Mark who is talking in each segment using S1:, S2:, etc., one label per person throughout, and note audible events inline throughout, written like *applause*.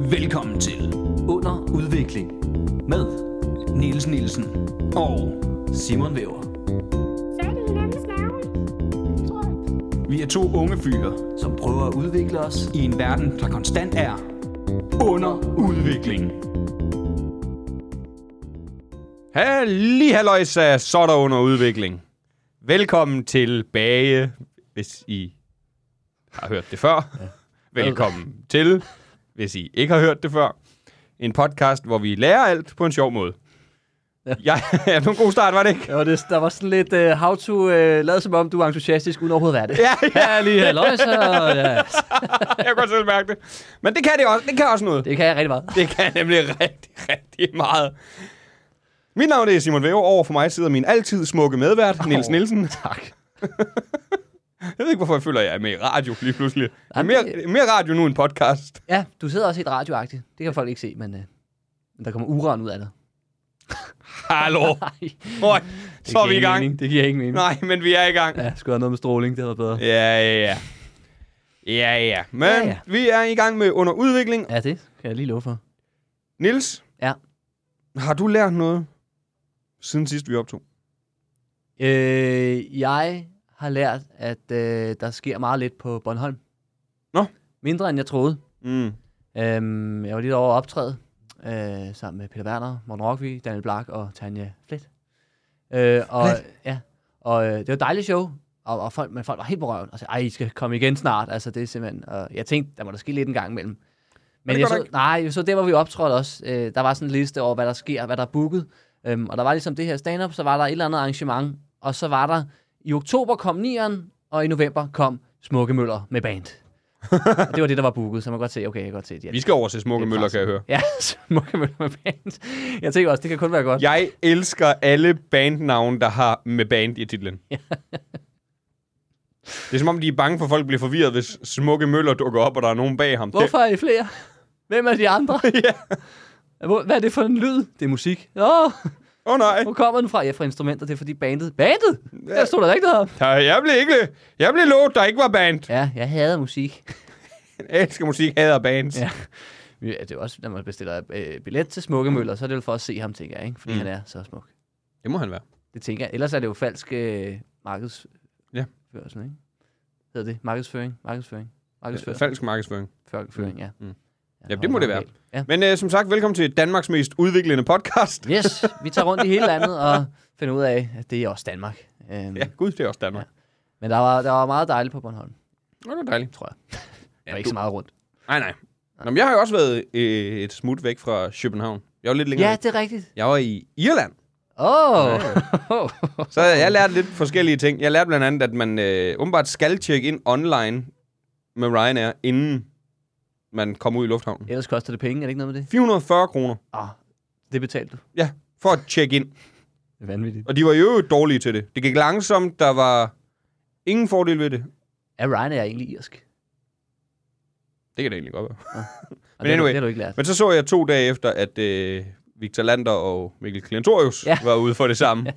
S1: Velkommen til Under Udvikling med Niels Nielsen og Simon Væver.
S2: Så er det hinandens navn. Tror jeg.
S1: Vi er to unge fyre, som prøver at udvikle os i en verden, der konstant er under udvikling.
S3: Halli halløjsa, så er der under udvikling. Velkommen tilbage, hvis I har hørt det før. Ja. Velkommen til, hvis I ikke har hørt det før. En podcast, hvor vi lærer alt på en sjov måde. Ja, *laughs* ja det var en god start, var det ikke?
S4: Jo, det, der var sådan lidt uh, how to uh, lad som om, du er entusiastisk, uden overhovedet at være det.
S3: Ja, ja,
S4: Ja, lige halløj, så... Ja.
S3: jeg kan godt selv mærke det. Men det kan, det også, det kan også noget.
S4: Det kan jeg rigtig meget.
S3: Det kan nemlig rigtig, rigtig meget. Mit navn er Simon Væver. Over for mig sidder min altid smukke medvært, Niels Nielsen.
S4: Tak.
S3: *laughs* Jeg ved ikke, hvorfor jeg føler, at jeg er med i radio lige pludselig. Det er
S4: Jamen,
S3: mere,
S4: det-
S3: det er mere radio nu end podcast.
S4: Ja, du sidder også helt radioagtigt. Det kan folk ikke se, men, uh, men der kommer uran ud af det. *laughs*
S3: Hallo. Oj, så er vi i gang.
S4: Det giver ingen mening.
S3: Nej, men vi er i gang.
S4: Ja, skulle have noget med stråling, det var bedre. Ja,
S3: Ja, ja, ja. Ja, ja. Men
S4: Ja, ja.
S3: vi er i gang med under udvikling.
S4: ja det kan jeg lige love for.
S3: Nils?
S4: Ja.
S3: Har du lært noget siden sidst vi optog?
S4: Øh, jeg har lært, at øh, der sker meget lidt på Bornholm.
S3: Nå.
S4: Mindre end jeg troede.
S3: Mm.
S4: Øhm, jeg var lige over at optræde øh, sammen med Peter Werner, Morten Rockvi, Daniel Blak og Tanja Flet. Øh, og, ja, og øh, det var et dejligt show, og, og folk, men folk var helt på røven og sagde, ej, I skal komme igen snart. Altså, det er simpelthen, og jeg tænkte, der må der ske lidt en gang imellem. Men
S3: det
S4: jeg
S3: gør der
S4: så,
S3: ikke.
S4: nej, så der, hvor vi optrådte også, øh, der var sådan en liste over, hvad der sker, hvad der er booket. Øhm, og der var ligesom det her stand-up, så var der et eller andet arrangement, og så var der, i oktober kom nieren, og i november kom Smukke Møller med band. og det var det, der var booket, så man kan godt se, okay, jeg kan godt se, at de er
S3: Vi skal over til Smukke Møller, kan jeg høre.
S4: Ja, *laughs* smukke møller med band. Jeg tænker også, det kan kun være godt.
S3: Jeg elsker alle bandnavne, der har med band i titlen. Det er som om, de er bange for, at folk bliver forvirret, hvis Smukke Møller dukker op, og der er nogen bag ham.
S4: Hvorfor er I flere? Hvem er de andre?
S3: *laughs* Ja.
S4: Hvor- Hvad er det for en lyd? Det er musik. Nå,
S3: Åh oh, nej,
S4: hvor kommer den fra? Ja, fra instrumenter. Det er fordi bandet... Bandet? Der stod der ikke noget.
S3: der, jeg blev ikke, jeg blev lovet, der ikke var band.
S4: Ja, jeg hader musik.
S3: Jeg elsker musik, hader bands. Ja.
S4: Ja. Ja, det er jo også, når man bestiller øh, billet til Smukke Møller, så er det jo for at se ham, tænker jeg, ikke? Fordi
S3: Mm.
S4: han er så smuk.
S3: Det må han være.
S4: Det tænker jeg. Ellers er det jo falsk øh, markedsførsel,
S3: Ja.
S4: ikke? Hedder det? Markedsføring? Markedsføring? Markedsføring?
S3: Falsk markedsføring.
S4: Føring, ja.
S3: Mm.
S4: ja.
S3: Ja, det må det være.
S4: Ja.
S3: Men øh, som sagt, velkommen til Danmarks mest udviklende podcast.
S4: Yes, vi tager rundt i hele landet og finder ud af, at det er også Danmark. Øhm,
S3: Ja,
S4: ja.
S3: gud, det er også Danmark.
S4: Men der var, der var meget dejligt på Bornholm,
S3: Ja. Det var dejligt.
S4: tror jeg. Der
S3: Ja,
S4: var ikke
S3: du-
S4: så meget rundt.
S3: Nej, nej. Nå, men jeg har jo også været øh, et smut væk fra København. Jeg var lidt længere
S4: Ja,
S3: væk.
S4: det er rigtigt.
S3: Jeg var i Irland.
S4: Åh! Oh.
S3: Så jeg lærte lidt forskellige ting. Jeg lærte blandt andet, at man øh, åbenbart skal tjekke ind online med Ryanair, inden man kommer ud i lufthavnen.
S4: *laughs* Ellers koster det penge, er det ikke noget med det?
S3: 440 kroner
S4: Åh, det betalte du.
S3: ja, for at tjekke ind.
S4: Det er vanvittigt.
S3: Og de var jo dårlige til det. Det gik langsomt, der var ingen fordel ved det.
S4: Er Ryanair egentlig irsk? Og
S3: Det kan det egentlig godt være. Men
S4: det, har du-
S3: anyway.
S4: det har du ikke lært.
S3: Men så så jeg to dage efter, at øh, Victor Lander og Mikkel Klintorius ja.
S4: Ja.
S3: var ude for det samme.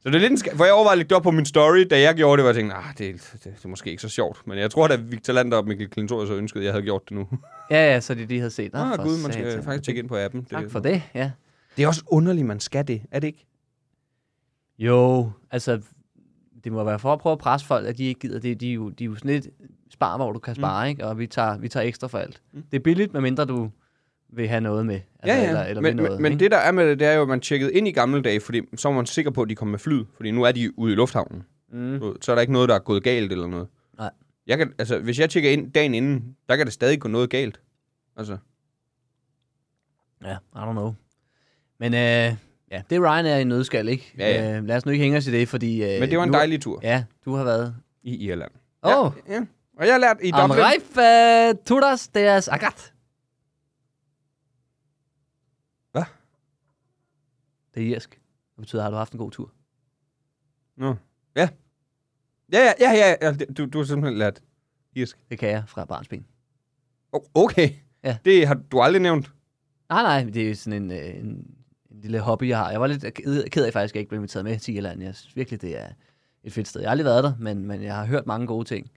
S3: Så det er lidt en sk- for jeg overvejede lidt op på min story, da jeg gjorde det, var jeg tænkte, ah, det, det, det, er måske ikke så sjovt. Men jeg tror, at Victor Lander og Mikkel Klintorius har ønsket, at jeg havde gjort det nu.
S4: Ja, ja, så det de havde set. Nå,
S3: Ah,
S4: for
S3: gud, man skal
S4: satan.
S3: faktisk øh, tjekke ind på appen.
S4: Tak for det, ja.
S3: Det er også underligt, man skal det, er det ikke?
S4: Jo, altså, det må være for at prøve at presse folk, at de ikke gider det. De er jo, de er jo sådan lidt spar, hvor du kan spare, mm. ikke? Og vi tager, vi tager ekstra for alt. Mm. Det er billigt, medmindre du vil have noget med.
S3: Ja, ja.
S4: Altså, Eller, eller
S3: men,
S4: vil noget,
S3: men, men
S4: ikke?
S3: det, der er med det, det er jo, at man tjekkede ind i gamle dage, fordi så var man sikker på, at de kom med flyet. Fordi nu er de ude i lufthavnen.
S4: Mm.
S3: Du ved, Så er der ikke noget, der er gået galt eller noget.
S4: Nej.
S3: Jeg kan, altså, hvis jeg tjekker ind dagen inden, der kan det stadig gå noget galt. Altså,
S4: Ja, I don't know. Men øh, ja, det er Ryanair i en nødskal, ikke?
S3: Ja, ja.
S4: Øh, lad os nu ikke hænge os i det, fordi... Øh,
S3: men det var en
S4: nu,
S3: dejlig tur
S4: Ja, du har været...
S3: i Irland.
S4: Åh, oh,
S3: Ja, ja. Og jeg har lært i
S4: ja,
S3: Dublin...
S4: Amreif uh, Turas deres agat.
S3: Hvad?
S4: Det er irsk. Det betyder, har du haft en god tur?
S3: Nå. Ja. Ja, ja, ja, ja, ja. Du, du har simpelthen lært irsk.
S4: Det kan jeg fra barnsben.
S3: Oh, okay.
S4: Ja.
S3: Det har du aldrig nævnt.
S4: Nej, nej, men det er sådan en, øh, en, en lille hobby, jeg har. Jeg var lidt ked- ked af faktisk, at jeg ikke blev inviteret med til Irland. Jeg synes virkelig, det er et fedt sted. Jeg har aldrig været der, men, men jeg har hørt mange gode ting.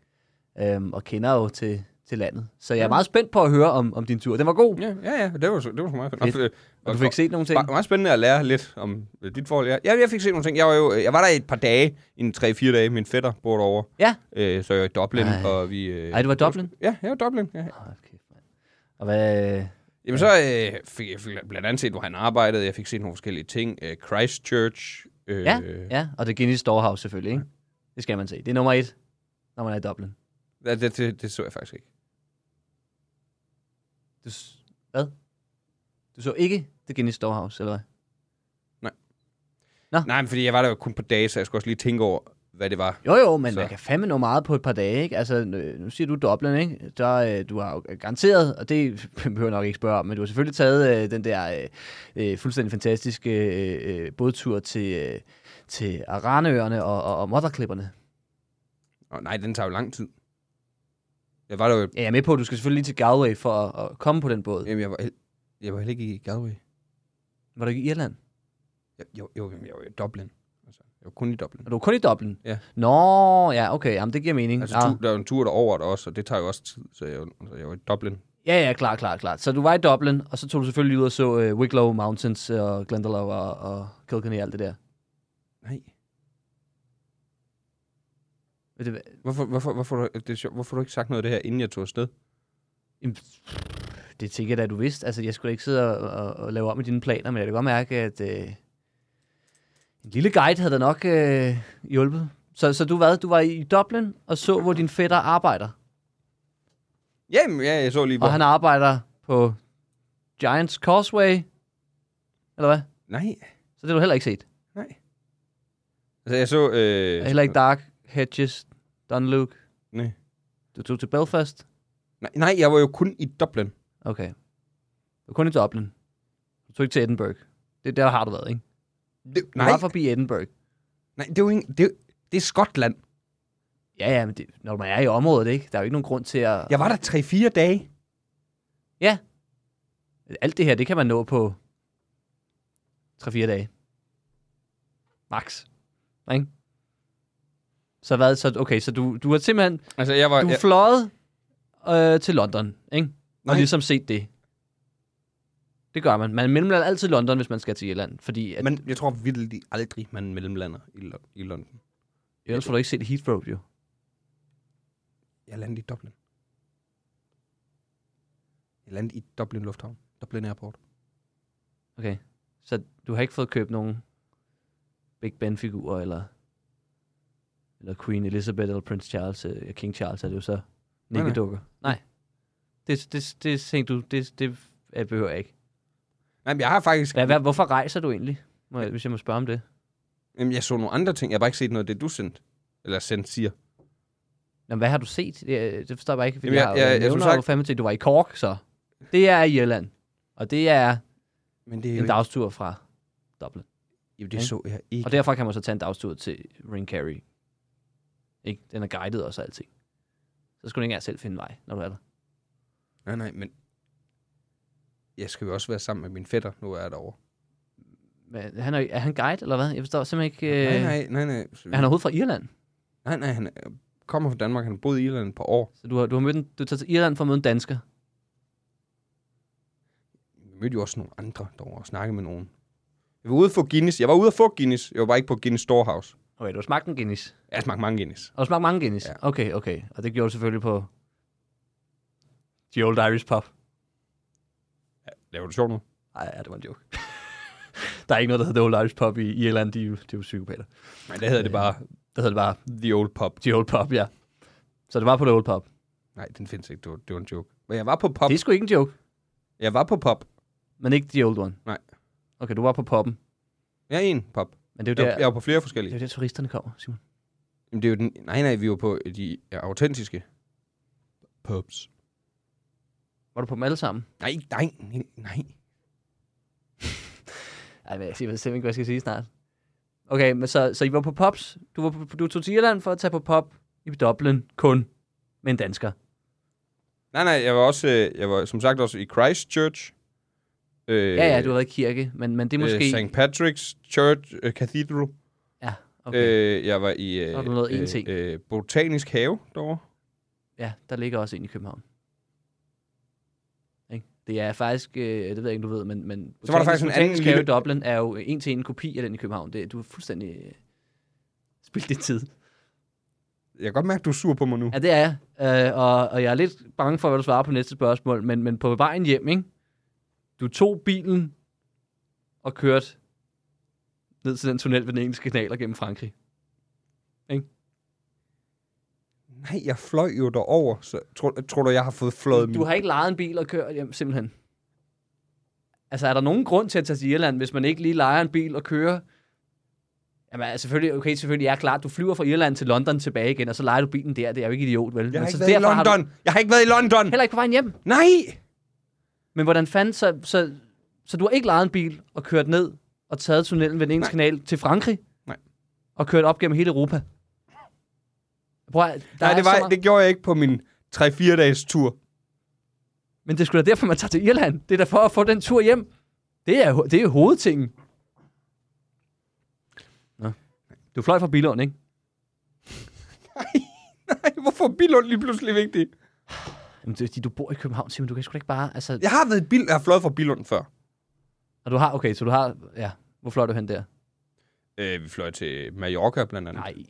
S4: Øhm, og kender jo til til landet. Så jeg er meget spændt på at høre om, om din tur. Den var god,
S3: Ja, ja, ja, det var, så- det var sgu meget fedt.
S4: Fedt.
S3: Nå, for-
S4: og du fik set nogle ting.
S3: Var, meget spændende at lære lidt om øh, dit forhold. Ja, jeg, jeg fik set nogle ting. Jeg var, jo, øh, jeg var der i et par dage, en 3-4 dage. Min fætter bor derovre.
S4: Ja.
S3: Øh, så jeg var i Dublin,
S4: Ej.
S3: Ej. og vi... Øh,
S4: Ej, det var Dublin?
S3: Ja, jeg var i Dublin, ja.
S4: Hold kæft, mand. Og hvad...
S3: Jamen så øh, fik jeg fik blandt andet set, hvor han arbejdede. Jeg fik set nogle forskellige ting. Øh, Christchurch. Øh,
S4: Ja, ja, og det Guinness Storehouse selvfølgelig, ikke? Det skal man se. Det er nummer et, når man er i Dublin.
S3: ja, det, det, det så jeg faktisk ikke.
S4: Du, s- hvad? Du så ikke det Guinness Storehouse, eller hvad?
S3: Nej, men fordi jeg var der jo kun på dage, så jeg skulle også lige tænke over, hvad det var.
S4: Jo jo, men
S3: Så.
S4: man kan fandme nå meget på et par dage, ikke? Altså, nu- nu siger du Dublin, ikke? Der, øh, du har jo garanteret, og det *laughs* behøver jeg nok ikke spørge om, men du har selvfølgelig taget øh, den der øh, øh, fuldstændig fantastiske øh, øh, bådtur til, øh, til Aranøerne og, og, og Motherklipperne.
S3: Nå, nej, den tager jo lang tid. Jeg var der jo...
S4: Ja, jeg er med på, at du skal selvfølgelig lige til Galway for at, at komme på den båd.
S3: Jamen, jeg var, hel- jeg var heller ikke i Galway.
S4: Var du ikke i Irland?
S3: Jeg, jo, jo, jeg var i Dublin. Altså, jeg var kun i Dublin.
S4: Og du var kun i Dublin?
S3: Ja.
S4: Nå, ja, okay. Jamen, det giver mening.
S3: Altså,
S4: ja.
S3: tu, der er jo en tur derover der også, og det tager jo også tid, så jeg, så jeg var i Dublin.
S4: Ah, ja, ja, klart, klart, klart. Så du var i Dublin, og så tog du selvfølgelig ud og så øh, Wicklow Mountains øh, og Glendalough og, og Kilkenny og alt det der.
S3: Nej.
S4: Ved du hvad?
S3: Hvorfor, hvorfor, hvorfor, du- det er sjovt, hvorfor har du ikke sagt noget af det her, inden jeg tog afsted?
S4: Jamen, Det tænker jeg da, du vidste. Altså, jeg skulle da ikke sidde og, og, og lave om i dine planer, men jeg kan godt mærke, at øh, en lille guide havde da nok øh, hjulpet. Så, så du hvad? Du var i Dublin og så, hvor din fætter arbejder.
S3: Jamen, ja, jeg så lige... Hvor...
S4: Og han arbejder på Giants Causeway, eller hvad?
S3: Nej,
S4: Så det har du heller ikke set.
S3: nej. Altså, jeg så... Øh...
S4: Og heller ikke Dark, Hedges, Dunluke.
S3: Nej.
S4: Du tog til Belfast.
S3: Nej, nej, jeg var jo kun i Dublin.
S4: Okay. Du var kun i Dublin. Du tog ikke til Edinburgh. Det, der har du været, ikke?
S3: Det,
S4: Du
S3: nej,
S4: var forbi Edinburgh.
S3: nej, det er jo ikke... Det, er- det er Skotland.
S4: Ja, ja, men det, når man er i området, ikke? Der er jo ikke nogen grund til at...
S3: Jeg var der 3-4 dage.
S4: Alt det her, det kan man nå på 3-4 dage. Max. Ikke? Så hvad? Så, okay, så du, du har simpelthen...
S3: Altså, jeg var...
S4: Du er
S3: Jeg,
S4: fløjet øh, til London, ikke? Og
S3: Nej.
S4: ligesom set det. Det gør man. Man mellemlander altid London, hvis man skal til Irland. Fordi at, Men,
S3: men jeg tror virkelig aldrig, man mellemlander i, Lo- i London.
S4: ellers får du ikke set Heathrow, jo.
S3: Jeg landede i Dublin. Jeg landede i Dublin Lufthavn. Dublin Airport.
S4: Okay. Så du har ikke fået købt nogen Big Ben-figurer, eller, eller Queen Elizabeth, eller Prince Charles, øh, ja, King Charles er det jo så
S3: nej.
S4: nikkedukker. Nej. Det, det, det, tænkte du, det, det jeg behøver jeg ikke.
S3: Nej, men jeg har faktisk...
S4: Hvad, hvad, hvorfor rejser du egentlig, må jeg, hvis jeg må spørge om det?
S3: Jamen, jeg så nogle andre ting. Jeg har bare ikke set noget af det, du sendte. Eller sendte siger.
S4: Nå, hvad har du set? Det, det forstår jeg bare ikke, fordi
S3: Jamen,
S4: jeg,
S3: jeg-
S4: har,
S3: jeg-
S4: jeg,
S3: jeg
S4: jeg, nævner
S3: synes
S4: jeg,
S3: sagt-
S4: jo fandme til, at du var i Cork, så. Det er i Irland. Og det er
S3: Men det er jo
S4: en
S3: ikke...
S4: dagstur fra Dublin.
S3: Jamen,
S4: ikke?
S3: det så jeg ikke.
S4: Og derfra kan man så tage en dagstur til Ringcarry. Ikke? Den er guidet også og alting. Så skal du ikke engang selv finde vej, når du er der.
S3: Nej, nej, men... Jeg skal jo også være sammen med min fætter, nu er jeg derovre.
S4: Men han er, er han guide, eller hvad? Jeg forstår simpelthen ikke...
S3: Nej,
S4: øh,
S3: nej, nej, nej.
S4: Er han overhovedet fra Irland?
S3: Nej, nej, han er- kommer fra Danmark. Han har boet i Irland et par år.
S4: Så du har, du har mødt en, du tager til Irland for at møde en dansker.
S3: Jeg mødte jo også nogle andre derovre og snakkede med nogen. Jeg var ude for Guinness. Jeg var ude at få Guinness. Jeg var bare ikke på Guinness Storehouse.
S4: Okay, du har smagt en Guinness.
S3: Jeg smagte mange Guinness.
S4: Har du smagt mange Guinness?
S3: Ja.
S4: Okay, okay. Og det gjorde du selvfølgelig på... The Old Irish Pub.
S3: Laver du sjovt nu?
S4: Nej, ja, det var en joke. *laughs* der er ikke noget, der hedder The Old Irish Pub i i Irland. De, er jo- de er jo psykopater.
S3: Nej, der
S4: Øh.
S3: hedder det bare
S4: Der hedder det bare
S3: The Old Pub.
S4: The Old Pub, ja. Så det var på The Old Pub.
S3: Nej, den findes ikke. Det var, det var en joke. Men jeg var på pub.
S4: Det er sgu ikke en joke,
S3: Jeg var på pub.
S4: men ikke The Old One.
S3: Nej.
S4: Okay, du var på pubben.
S3: Jeg er en pub.
S4: Men det er jo
S3: Jeg,
S4: der,
S3: jeg var på flere
S4: det
S3: forskellige.
S4: er jo der turisterne kommer, Simon.
S3: Jamen, det er jo den... Nej, nej, vi var på de autentiske pubs.
S4: Var du på dem alle sammen?
S3: Nej, nej, nej, nej.
S4: Ej, hvad, jeg ved simpelthen ikke, hvad jeg skal sige snart. Okay, men så, så I var på pubs. Du, var på, du tog til Irland for at tage på pub i Dublin kun med en dansker.
S3: Nej, nej, jeg var også, øh, jeg var som sagt også i Christchurch. Øh,
S4: Ja, ja, du har været i kirke, men, men det er måske...
S3: Øh, St. Patrick's Church øh, Cathedral.
S4: ja, okay.
S3: Okay.
S4: Øh,
S3: Øh, jeg var i
S4: Så har du nået én ting.
S3: øh, Botanisk Have derovre.
S4: ja, der ligger også en i København. Det er faktisk, øh, det ved jeg ikke, du ved, men... men
S3: Så var der faktisk en anden
S4: lille... i
S3: lille-
S4: Dublin er jo en til en kopi af den i København. Det, du er fuldstændig øh, spildt din tid.
S3: Jeg kan godt mærke, at du er sur på mig nu.
S4: Ja, det er jeg. Øh, og, og jeg er lidt bange for, hvad du svarer på næste spørgsmål, men, men på vejen hjem, ikke? Du tog bilen og kørte ned til den tunnel ved den engelske kanal og gennem Frankrig.
S3: Nej, jeg fløj jo derover. Så tror, tror du, jeg har fået fløjet min...
S4: Du har ikke lejet en bil og kørt hjem, simpelthen. Altså, er der nogen grund til at tage til Irland, hvis man ikke lige lejer en bil og kører? Jamen, altså, selvfølgelig, okay, selvfølgelig er klart, du flyver fra Irland til London tilbage igen, og så lejer du bilen der. Det er jo ikke idiot, vel?
S3: Jeg har
S4: så
S3: ikke været i
S4: derfor har du-
S3: London! Jeg har ikke været i London!
S4: Heller ikke på vejen hjem.
S3: Nej!
S4: Men hvordan fanden, så, så, så du har ikke lejet en bil og kørt ned og taget tunnelen ved den engelske kanal til Frankrig?
S3: Nej.
S4: Og kørt op gennem hele Europa? Prøv, at- der
S3: Nej,
S4: er
S3: det,
S4: så
S3: var,
S4: meget-
S3: det gjorde jeg ikke på min 3-4 dages tur. *laughs*
S4: Men det skulle da derfor, man tager til Irland. Det er da for at få den tur hjem. Det er, ho- det er hovedtingen. Nå. Du fløj fra Billund, ikke?
S3: Nej, hvorfor er Billund lige pludselig vigtig?
S4: Jamen, det er fordi, du bor i København, Simon. Du kan sgu da ikke bare... Altså, ja.
S3: Jeg har været i Bil... Jeg har fløjet fra Billund før.
S4: Og du har... Okay, så du har... Ja. Hvor fløj du hen der?
S3: Øh, vi fløj til Mallorca blandt andet.
S4: Nej.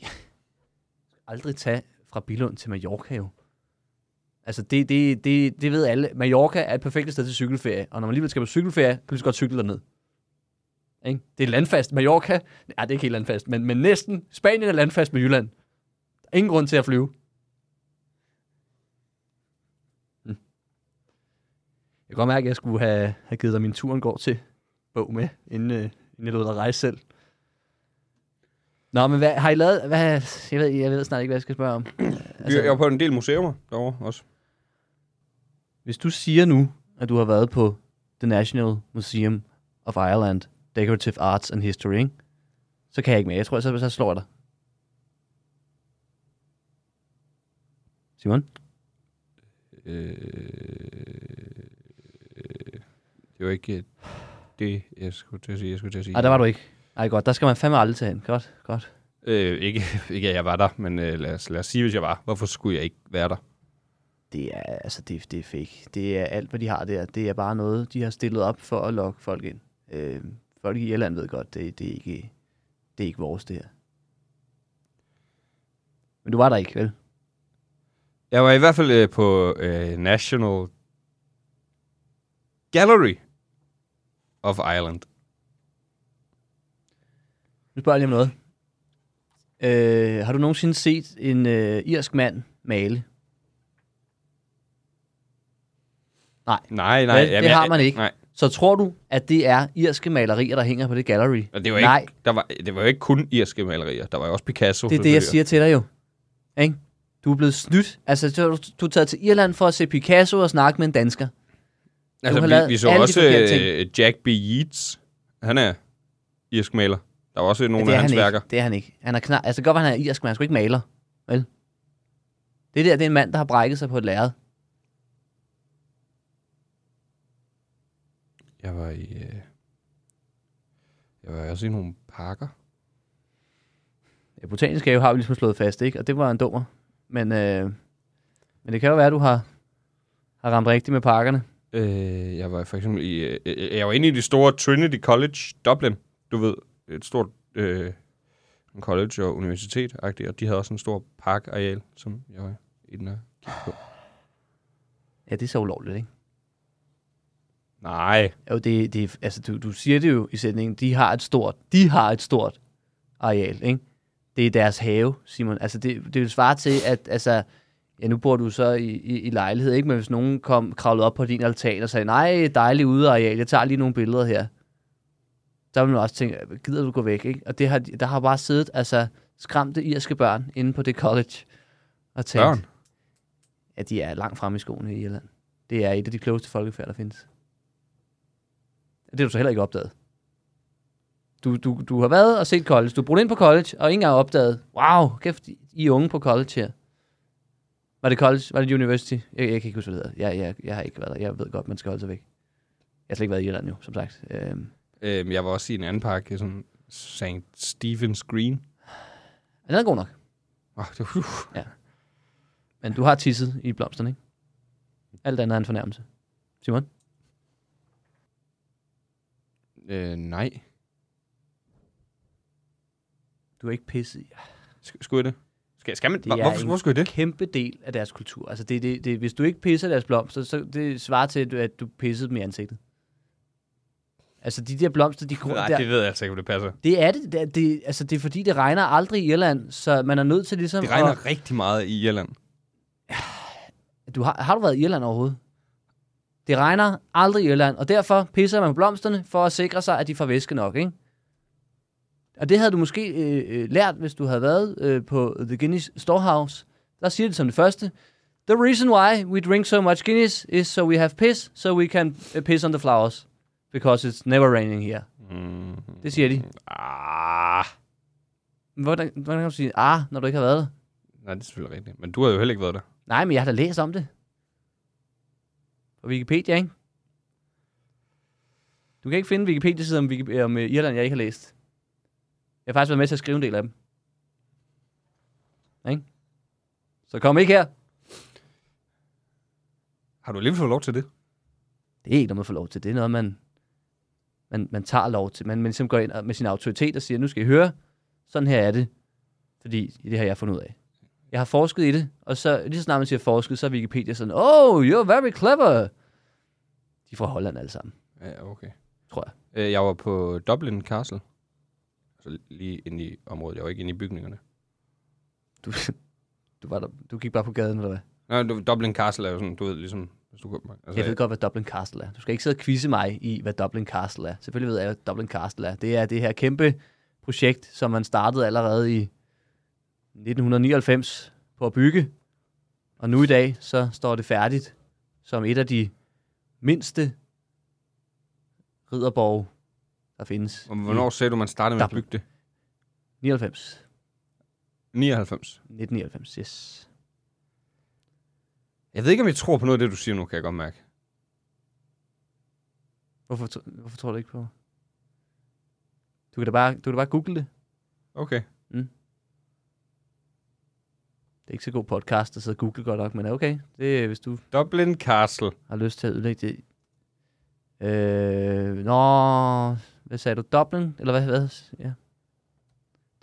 S4: Aldrig tage fra Billund til Mallorca jo. Altså, det, det, det, det ved alle. Mallorca er et perfekt sted til cykelferie, og når man alligevel skal på cykelferie, kan du lige så godt cykle derned. Ikke? Det er landfast. Mallorca, nej, det er ikke helt landfast, men, men næsten. Spanien er landfast med Jylland. Der er ingen grund til at flyve. Hm. Mm. Jeg kan godt mærke, at jeg skulle have, have givet dig min turen går til bog med, inden, øh, inden jeg lod dig rejse selv. Nå, men hvad, har I lavet... Hvad, jeg, ved, jeg ved snart ikke, hvad jeg skal spørge *clears throat* om.
S3: Altså... Jeg var på en del museer derovre også.
S4: Hvis du siger nu, at du har været på The National Museum of Ireland, Decorative Arts and History, ikke? så kan jeg ikke mere. Jeg tror, så, så slår jeg dig. Simon?
S3: Øh, Det var ikke øh, det, jeg skulle til at sige. Jeg skulle til at sige.
S4: Nej, der var du ikke. Nej, godt. Der skal man fandme aldrig tage hen. Godt, godt.
S3: Øh, ikke, *laughs* ikke at jeg var der, men øh, lad, os, lad os sige, hvis jeg var. Hvorfor skulle jeg ikke være der?
S4: Det er, altså, det, det er fake. Det er alt, hvad de har der. Det er bare noget, de har stillet op for at lokke folk ind. Øh, folk i Irland ved godt, det, det, er ikke, det er ikke vores, det her. Men du var der ikke, vel?
S3: Jeg var i hvert fald øh, på øh, National Gallery of Ireland.
S4: Nu spørger jeg lige om noget. Øh, har du nogensinde set en øh, irsk mand male?
S3: Nej, nej.
S4: Vel, det har man ikke.
S3: Nej,
S4: Så tror du, at det er irske malerier, der hænger på det gallery?
S3: og det var
S4: Nej,
S3: ikke, der var, det var jo ikke kun irske malerier. Der var jo også Picasso.
S4: det er det, jeg
S3: selvfølgelig.
S4: siger til dig jo. Ikke? Du er blevet snydt. Altså, du, du er taget til Irland for at se Picasso og snakke med en dansker. har
S3: Altså,
S4: lavet
S3: vi, vi så
S4: alle de
S3: også
S4: forkerte ting.
S3: øh, Jack B. Yeats. Han er irsk maler. Der var også nogle
S4: det er
S3: af hans
S4: han ikke.
S3: værker.
S4: Det er han ikke. Han er knap. Altså, det kan godt, være, han er irsk, men han er sgu ikke maler. Vel? Det der, det er en mand, der har brækket sig på et lærred.
S3: Jeg var i... Øh, jeg var også i nogle parker.
S4: Ja, botanisk have har vi ligesom slået fast, ikke? Og det var en dummer. Men, øh, men det kan jo være, at du har, har ramt rigtigt med pakkerne.
S3: Øh, jeg var for eksempel i... Øh, øh, jeg var inde i det store Trinity College Dublin. Du ved, et stort øh, college og universitet -agtigt, og de havde også en stor parkareal, som jeg var inde og kigge på.
S4: Ja, det er så ulovligt, ikke?
S3: Nej,
S4: Jo, det, det, altså, du, du siger det jo i sætningen, de har et stort, de har et stort areal, ikke? Det er deres have, Simon. Altså, det, det vil svare til, at altså, ja, nu bor du så i, i, i lejlighed, ikke? Men hvis nogen kom kravlede op på din altan og sagde, nej, dejlig udeareal, jeg tager lige nogle billeder her. Så vil man også tænke, gider du gå væk, ikke? Og det har, de- der har bare siddet, altså, skræmte irske børn inde på det college og tænkt,
S3: børn.
S4: at de er langt fremme i skoene i Irland. Det er et af de klogeste folkefærd, der findes. Det har du så heller ikke opdaget. Du, du, du har været og set college. Du er brugt ind på college, og ikke engang opdaget. Wow, kæft, I er unge på college her. Var det college? Var det university? Jeg, jeg kan ikke huske, hvad det hedder. Jeg, jeg, jeg har ikke været der. Jeg ved godt, man skal holde sig væk. Jeg har slet ikke været i Irland jo, som sagt. Øhm,
S3: Øh, jeg var også i en anden park, sådan St. Stephen's Green.
S4: den er god nok.
S3: Oh, det, uh,
S4: Men du har tisset i blomsterne, ikke? Alt andet er en fornærmelse. Simon?
S3: *laughs* Øh, nej.
S4: Du er ikke pisse.
S3: Sk- skulle jeg det? Skal, skal man?
S4: Det er
S3: Hvor, hvorfor,
S4: en-
S3: hvorfor skulle jeg det?
S4: Kæmpe del af deres kultur. Altså, det, det, det, hvis du ikke pisser deres blomster, så det svarer til, at du- at du pissede dem i ansigtet. Altså, de der blomster, de gror
S3: Nej,
S4: der.
S3: det ved jeg altså ikke, om det passer.
S4: Det er det. Det, er, det. Altså, det er fordi, det regner aldrig i Irland, så man er nødt til ligesom...
S3: Det regner
S4: At,
S3: rigtig meget i Irland.
S4: du har, har du været i Irland overhovedet? Det regner aldrig i Irland, og derfor pisser man på blomsterne for at sikre sig, at de får væske nok, ikke? Og det havde du måske øh, øh, lært, hvis du havde været øh, på The Guinness Storehouse. Der siger det som det første. The reason why we drink so much Guinness is so we have piss, so we can uh, piss on the flowers. Because it's never raining here.
S3: Mm.
S4: Det siger de.
S3: Ah,
S4: Hvordan, hvordan kan du sige, ah, når du ikke har været der?
S3: nej, det er selvfølgelig rigtigt. Men du har jo heller ikke været der.
S4: Nej, men jeg har da læst om det. På Wikipedia, ikke? Du kan ikke finde Wikipedia-sider om, Wikip- om øh, Irland, jeg ikke har læst. Jeg har faktisk været med til at skrive en del af dem. Ikke? Så kom ikke her.
S3: Har du alligevel fået lov til det?
S4: Det er ikke noget, man får lov til. Det er noget, man, man, man tager lov til. Man, man ligesom går ind og- med sin autoritet og siger, nu skal I høre, sådan her er det. Fordi det har jeg fundet ud af. Jeg har forsket i det, og så lige så snart man siger forsket, så er Wikipedia sådan, oh, you're very clever. De er fra Holland alle sammen,
S3: Ja, okay.
S4: tror jeg.
S3: Øh, Jeg var på Dublin Castle. Altså lige inde i området. Jeg var ikke inde i bygningerne.
S4: Du, *laughs* du, var der, du gik bare på gaden, eller hvad?
S3: Nej, du, Dublin Castle er jo sådan, du ved, ligesom... Hvis du går, altså,
S4: Jeg ved godt, hvad Dublin Castle er. Du skal ikke sidde og quizze mig i, hvad Dublin Castle er. Selvfølgelig ved jeg, hvad Dublin Castle er. Det er det her kæmpe projekt, som man startede allerede i 1999 på at bygge. Og nu i dag, så står det færdigt som et af de mindste ridderborg, der findes.
S3: Og Hvornår sagde du, man startede med at
S4: Dublin.
S3: bygge det?
S4: 99.
S3: 99.
S4: 1999, yes.
S3: Jeg ved ikke, om jeg tror på noget af det, du siger nu, kan jeg godt mærke.
S4: Hvorfor, tr- hvorfor tror du ikke på mig? Du kan da bare, du kan da bare google det.
S3: Okay.
S4: Det er ikke så god podcast at sidde og google godt nok, men okay. Det, er, hvis du
S3: Dublin Castle.
S4: har lyst til at ødelægge det. Øh, nå, hvad sagde du? Dublin? Eller hvad? hvad? Ja.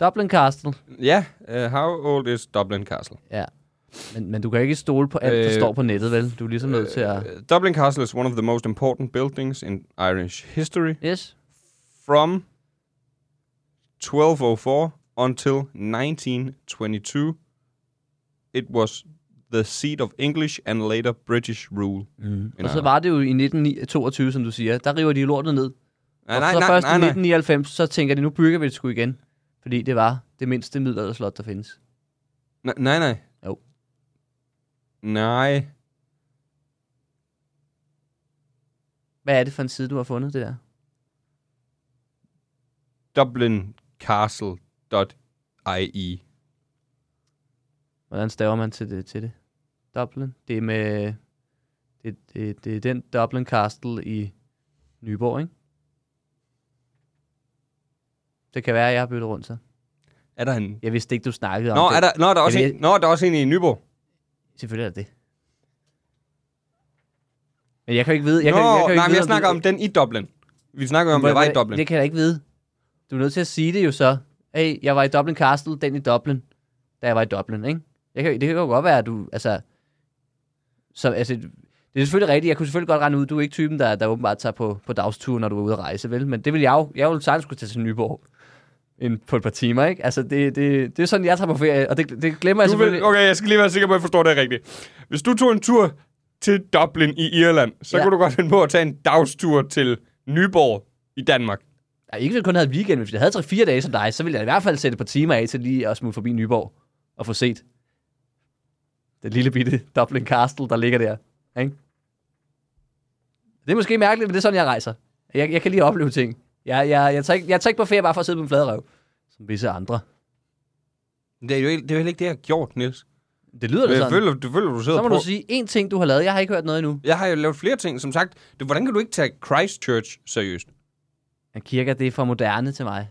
S4: Dublin Castle.
S3: Ja, uh, how old is Dublin Castle?
S4: Men, men du kan ikke stole på alt, øh, der
S3: Øh,
S4: står på nettet, vel? Du er ligesom nødt til at...
S3: Uh, Dublin Castle is one of the most important buildings in Irish history
S4: Yes.
S3: from 1204 until 1922. It was the seat of English and later British rule.
S4: Mm.
S3: Men
S4: Og så
S3: nej.
S4: var det jo i 1922, som du siger. Der river de lortet ned.
S3: Nej,
S4: og så først i 1999, så tænker de, nu bygger vi det sgu igen. Fordi det var det mindste middelalderslot, der findes.
S3: Nej, nej. nej.
S4: Jo.
S3: Nej.
S4: Hvad er det for en side, du har fundet det der?
S3: dublincastle.ie.
S4: Hvordan staver man til det? Til det? Dublin? Det er med... Det, det, det er den Dublin Castle i Nyborg, ikke? Det kan være, at jeg har byttet rundt så.
S3: Er der en...
S4: Jeg vidste ikke, du snakkede
S3: Nå,
S4: om det.
S3: er der, nå, der er også
S4: Er det-
S3: en, nå, der er også en i Nyborg.
S4: Selvfølgelig er der det. Men jeg kan jo ikke vide... Jeg
S3: nå,
S4: kan, jeg kan jo ikke
S3: nej, men
S4: vide,
S3: jeg
S4: du-
S3: snakker om den i Dublin. Vi snakker om,
S4: Hvor-
S3: jeg var i
S4: hvor-
S3: Dublin.
S4: Det kan jeg da ikke vide. Du er nødt til at sige det jo så. Hey, jeg var i Dublin Castle, den i Dublin, da jeg var i Dublin, ikke? Jeg kan, det kan jo godt være, at du, altså... Så, altså, det er selvfølgelig rigtigt. Jeg kunne selvfølgelig godt regne ud, du er ikke typen, der, der åbenbart tager på, på dagstur, når du er ude at rejse, vel? Men det vil jeg jo, jeg ville sagtens skulle tage til Nyborg en, på et par timer, ikke? Altså, det, det, det er sådan, jeg tager på ferie, og det, det glemmer jeg
S3: Du
S4: Altså, selvfølgelig.
S3: vil, okay, jeg skal lige være sikker på, at jeg forstår det rigtigt. Hvis du tog en tur til Dublin i Irland, så
S4: Ja.
S3: ja. kunne du godt finde på at tage en dagstur til Nyborg i Danmark.
S4: Ej, ikke hvis jeg kun havde et weekend, men hvis jeg havde 3-4 dage som dig, så ville jeg i hvert fald sætte et par timer af til lige at smutte forbi Nyborg og få set den lille bitte Dublin Castle, der ligger der. Ikke? Det er måske mærkeligt, men det er sådan, jeg rejser. Jeg, jeg kan lige opleve ting. Jeg, jeg, jeg, tager ikke, jeg tager ikke på ferie bare for at sidde på en flad røv, som visse andre.
S3: Det er jo, det er jo heller ikke det, jeg har gjort, Niels.
S4: Det lyder det
S3: Jeg
S4: sådan.
S3: føler, du føler, du sidder
S4: Så må
S3: på...
S4: du sige én ting, du har lavet. Jeg har ikke hørt noget endnu.
S3: Jeg har jo lavet flere ting, som sagt. Det, hvordan kan du ikke tage Christchurch seriøst?
S4: Ja, kirker, det er for moderne til mig.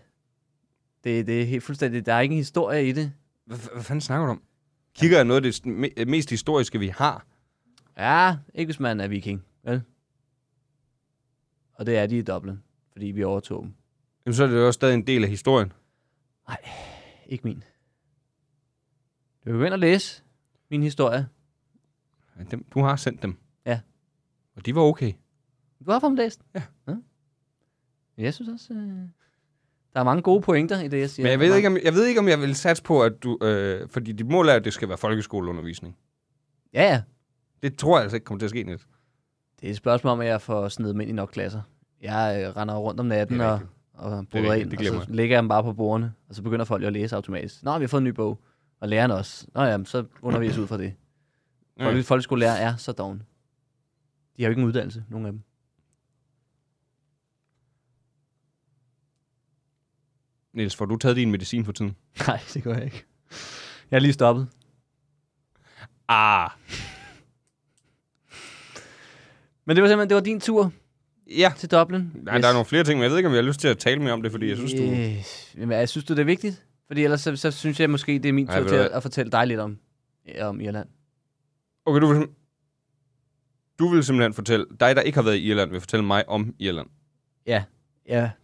S4: Det, det er helt fuldstændig... Der er ikke en historie i det.
S3: Hvad, hvad fanden snakker du om? Kigger er noget af det st- me- mest historiske, vi har.
S4: Ja, ikke hvis man er viking, vel? Og det er de i Dublin. fordi vi overtog dem.
S3: Jamen, så er det jo også stadig en del af historien.
S4: Ikke min. Du kan gå ind og læse min historie.
S3: Ja, Dem, du har sendt dem.
S4: Ja.
S3: Og de var okay.
S4: Du har fået dem læst?
S3: Ja.
S4: ja. Jeg synes også, øh, der er mange gode pointer i det, jeg siger.
S3: Men jeg ved, ikke, om, jeg ved ikke, om jeg vil satse på, at du... Øh, fordi dit mål er, at det skal være folkeskoleundervisning.
S4: Ja, ja.
S3: Det tror jeg altså ikke kommer til at ske net.
S4: Det er et spørgsmål om, at jeg får snedet dem ind i nok klasser. Jeg øh, render rundt om natten
S3: Det er
S4: og, og bryder
S3: rigtigt,
S4: ind,
S3: det
S4: og
S3: glemmer
S4: så lægger jeg dem bare på bordene, og så begynder folk jo at læse automatisk. Nå, vi har fået en ny bog, og læreren også. Nå ja, men så underviser vi ud fra det.
S3: Ja.
S4: Folk, folkeskolelærer er så dogne. De har jo ikke en uddannelse,
S3: *laughs*
S4: nogen af dem.
S3: Niels, får du taget din medicin for tiden?
S4: Nej, det gør jeg ikke. Jeg er lige stoppet.
S3: Ah.
S4: Men det var simpelthen, det var din tur
S3: Ja.
S4: til Dublin.
S3: Nej, yes. der er nogle flere ting, men jeg ved ikke, om jeg har lyst til at tale mere om det, fordi jeg synes, du...
S4: du... Jamen, jeg synes du, det er vigtigt? Fordi ellers så, så synes jeg måske, det er min
S3: Ej,
S4: tur
S3: ved
S4: til
S3: du
S4: at,
S3: hvad?
S4: at fortælle dig lidt om, om Irland.
S3: Okay, du vil, sim- du vil simpelthen fortælle... Dig, der ikke har været i Irland, vil fortælle mig om Irland.
S4: Ja,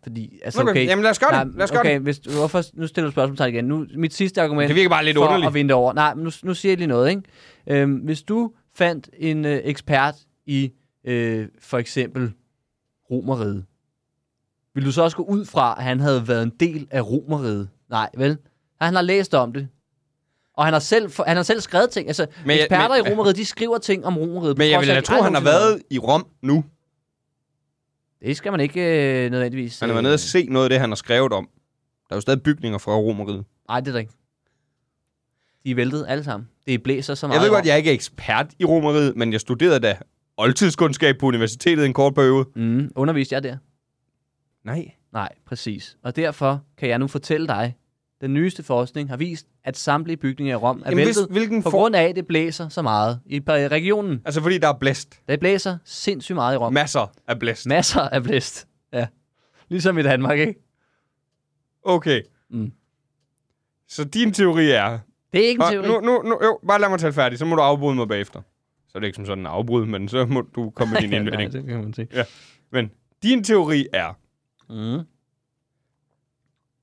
S4: fordi... Altså,
S3: Okay,
S4: okay,
S3: okay. jamen lad os gøre det.
S4: Nej,
S3: Lad os gøre
S4: okay,
S3: okay.
S4: Hvis, du- hvorfor, nu stiller du spørgsmål igen. Nu, mit sidste
S3: det.
S4: argument
S3: Det virker bare lidt
S4: for
S3: underligt.
S4: at vinde over. Nej, men nu, nu siger jeg lige noget. Ikke? Øhm, hvis du fandt en øh, ekspert i øh, for eksempel romeriet, vil du så også gå ud fra, at han havde været en del af romeriet? Nej, vel? Han har læst om det. Og han har selv, for, han har selv skrevet ting. Altså,
S3: Men jeg-
S4: eksperter
S3: men-
S4: i romeriet, de skriver ting om romeriet. på
S3: Men jeg
S4: trods
S3: vil
S4: af,
S3: da
S4: at de
S3: tro,
S4: aldrig
S3: han har
S4: nogensinde
S3: været i Rom nu.
S4: Det skal man ikke øh, nødvendigvis...
S3: Han har
S4: øh,
S3: været nede og se noget af det, han har skrevet om. Der er jo stadig bygninger fra Romeriet.
S4: Nej, det er der ikke. De er væltet alle sammen. Det blæser så meget.
S3: Jeg ved
S4: over.
S3: godt, jeg ikke er ekspert i Romeriet, men jeg studerede da oldtidskundskab på universitetet en kort periode.
S4: Mm, underviste jeg der?
S3: Nej.
S4: Nej, præcis. Og derfor kan jeg nu fortælle dig, den nyeste forskning har vist, at samtlige bygninger i Rom er
S3: Jamen, hvis,
S4: væltet,
S3: hvilken
S4: på
S3: for...
S4: grund af, at det blæser så meget i per- regionen.
S3: Altså, fordi der er blæst.
S4: Det blæser sindssygt meget i Rom.
S3: Masser af blæst.
S4: Masser af blæst. Ja. Ligesom i Danmark, ikke?
S3: Okay.
S4: Mm.
S3: Så din teori er...
S4: Det er ikke en
S3: Nå,
S4: teori.
S3: nu, nu, nu, jo, bare lad mig tale færdig, så må du afbryde mig bagefter. Så er det ikke som sådan en afbrud, men så må du komme med din
S4: *laughs* Ja, nej,
S3: indvending.
S4: det kan man sige.
S3: Men din teori er,
S4: Mm.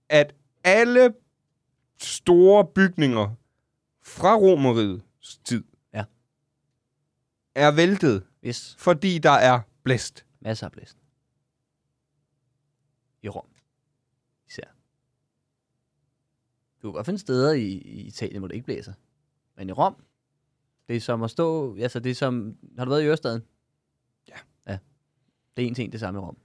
S3: at alle store bygninger fra romerigets tid
S4: Ja.
S3: er væltet,
S4: Yes,
S3: fordi der er blæst.
S4: masser af blæst. I Rom. Især. Du kan godt finde steder i, i Italien, hvor det ikke blæser. Men i Rom, det er som at stå... Altså, det er som... Har du været i Ørestaden?
S3: Ja.
S4: Ja. Det er en ting, det samme i Rom.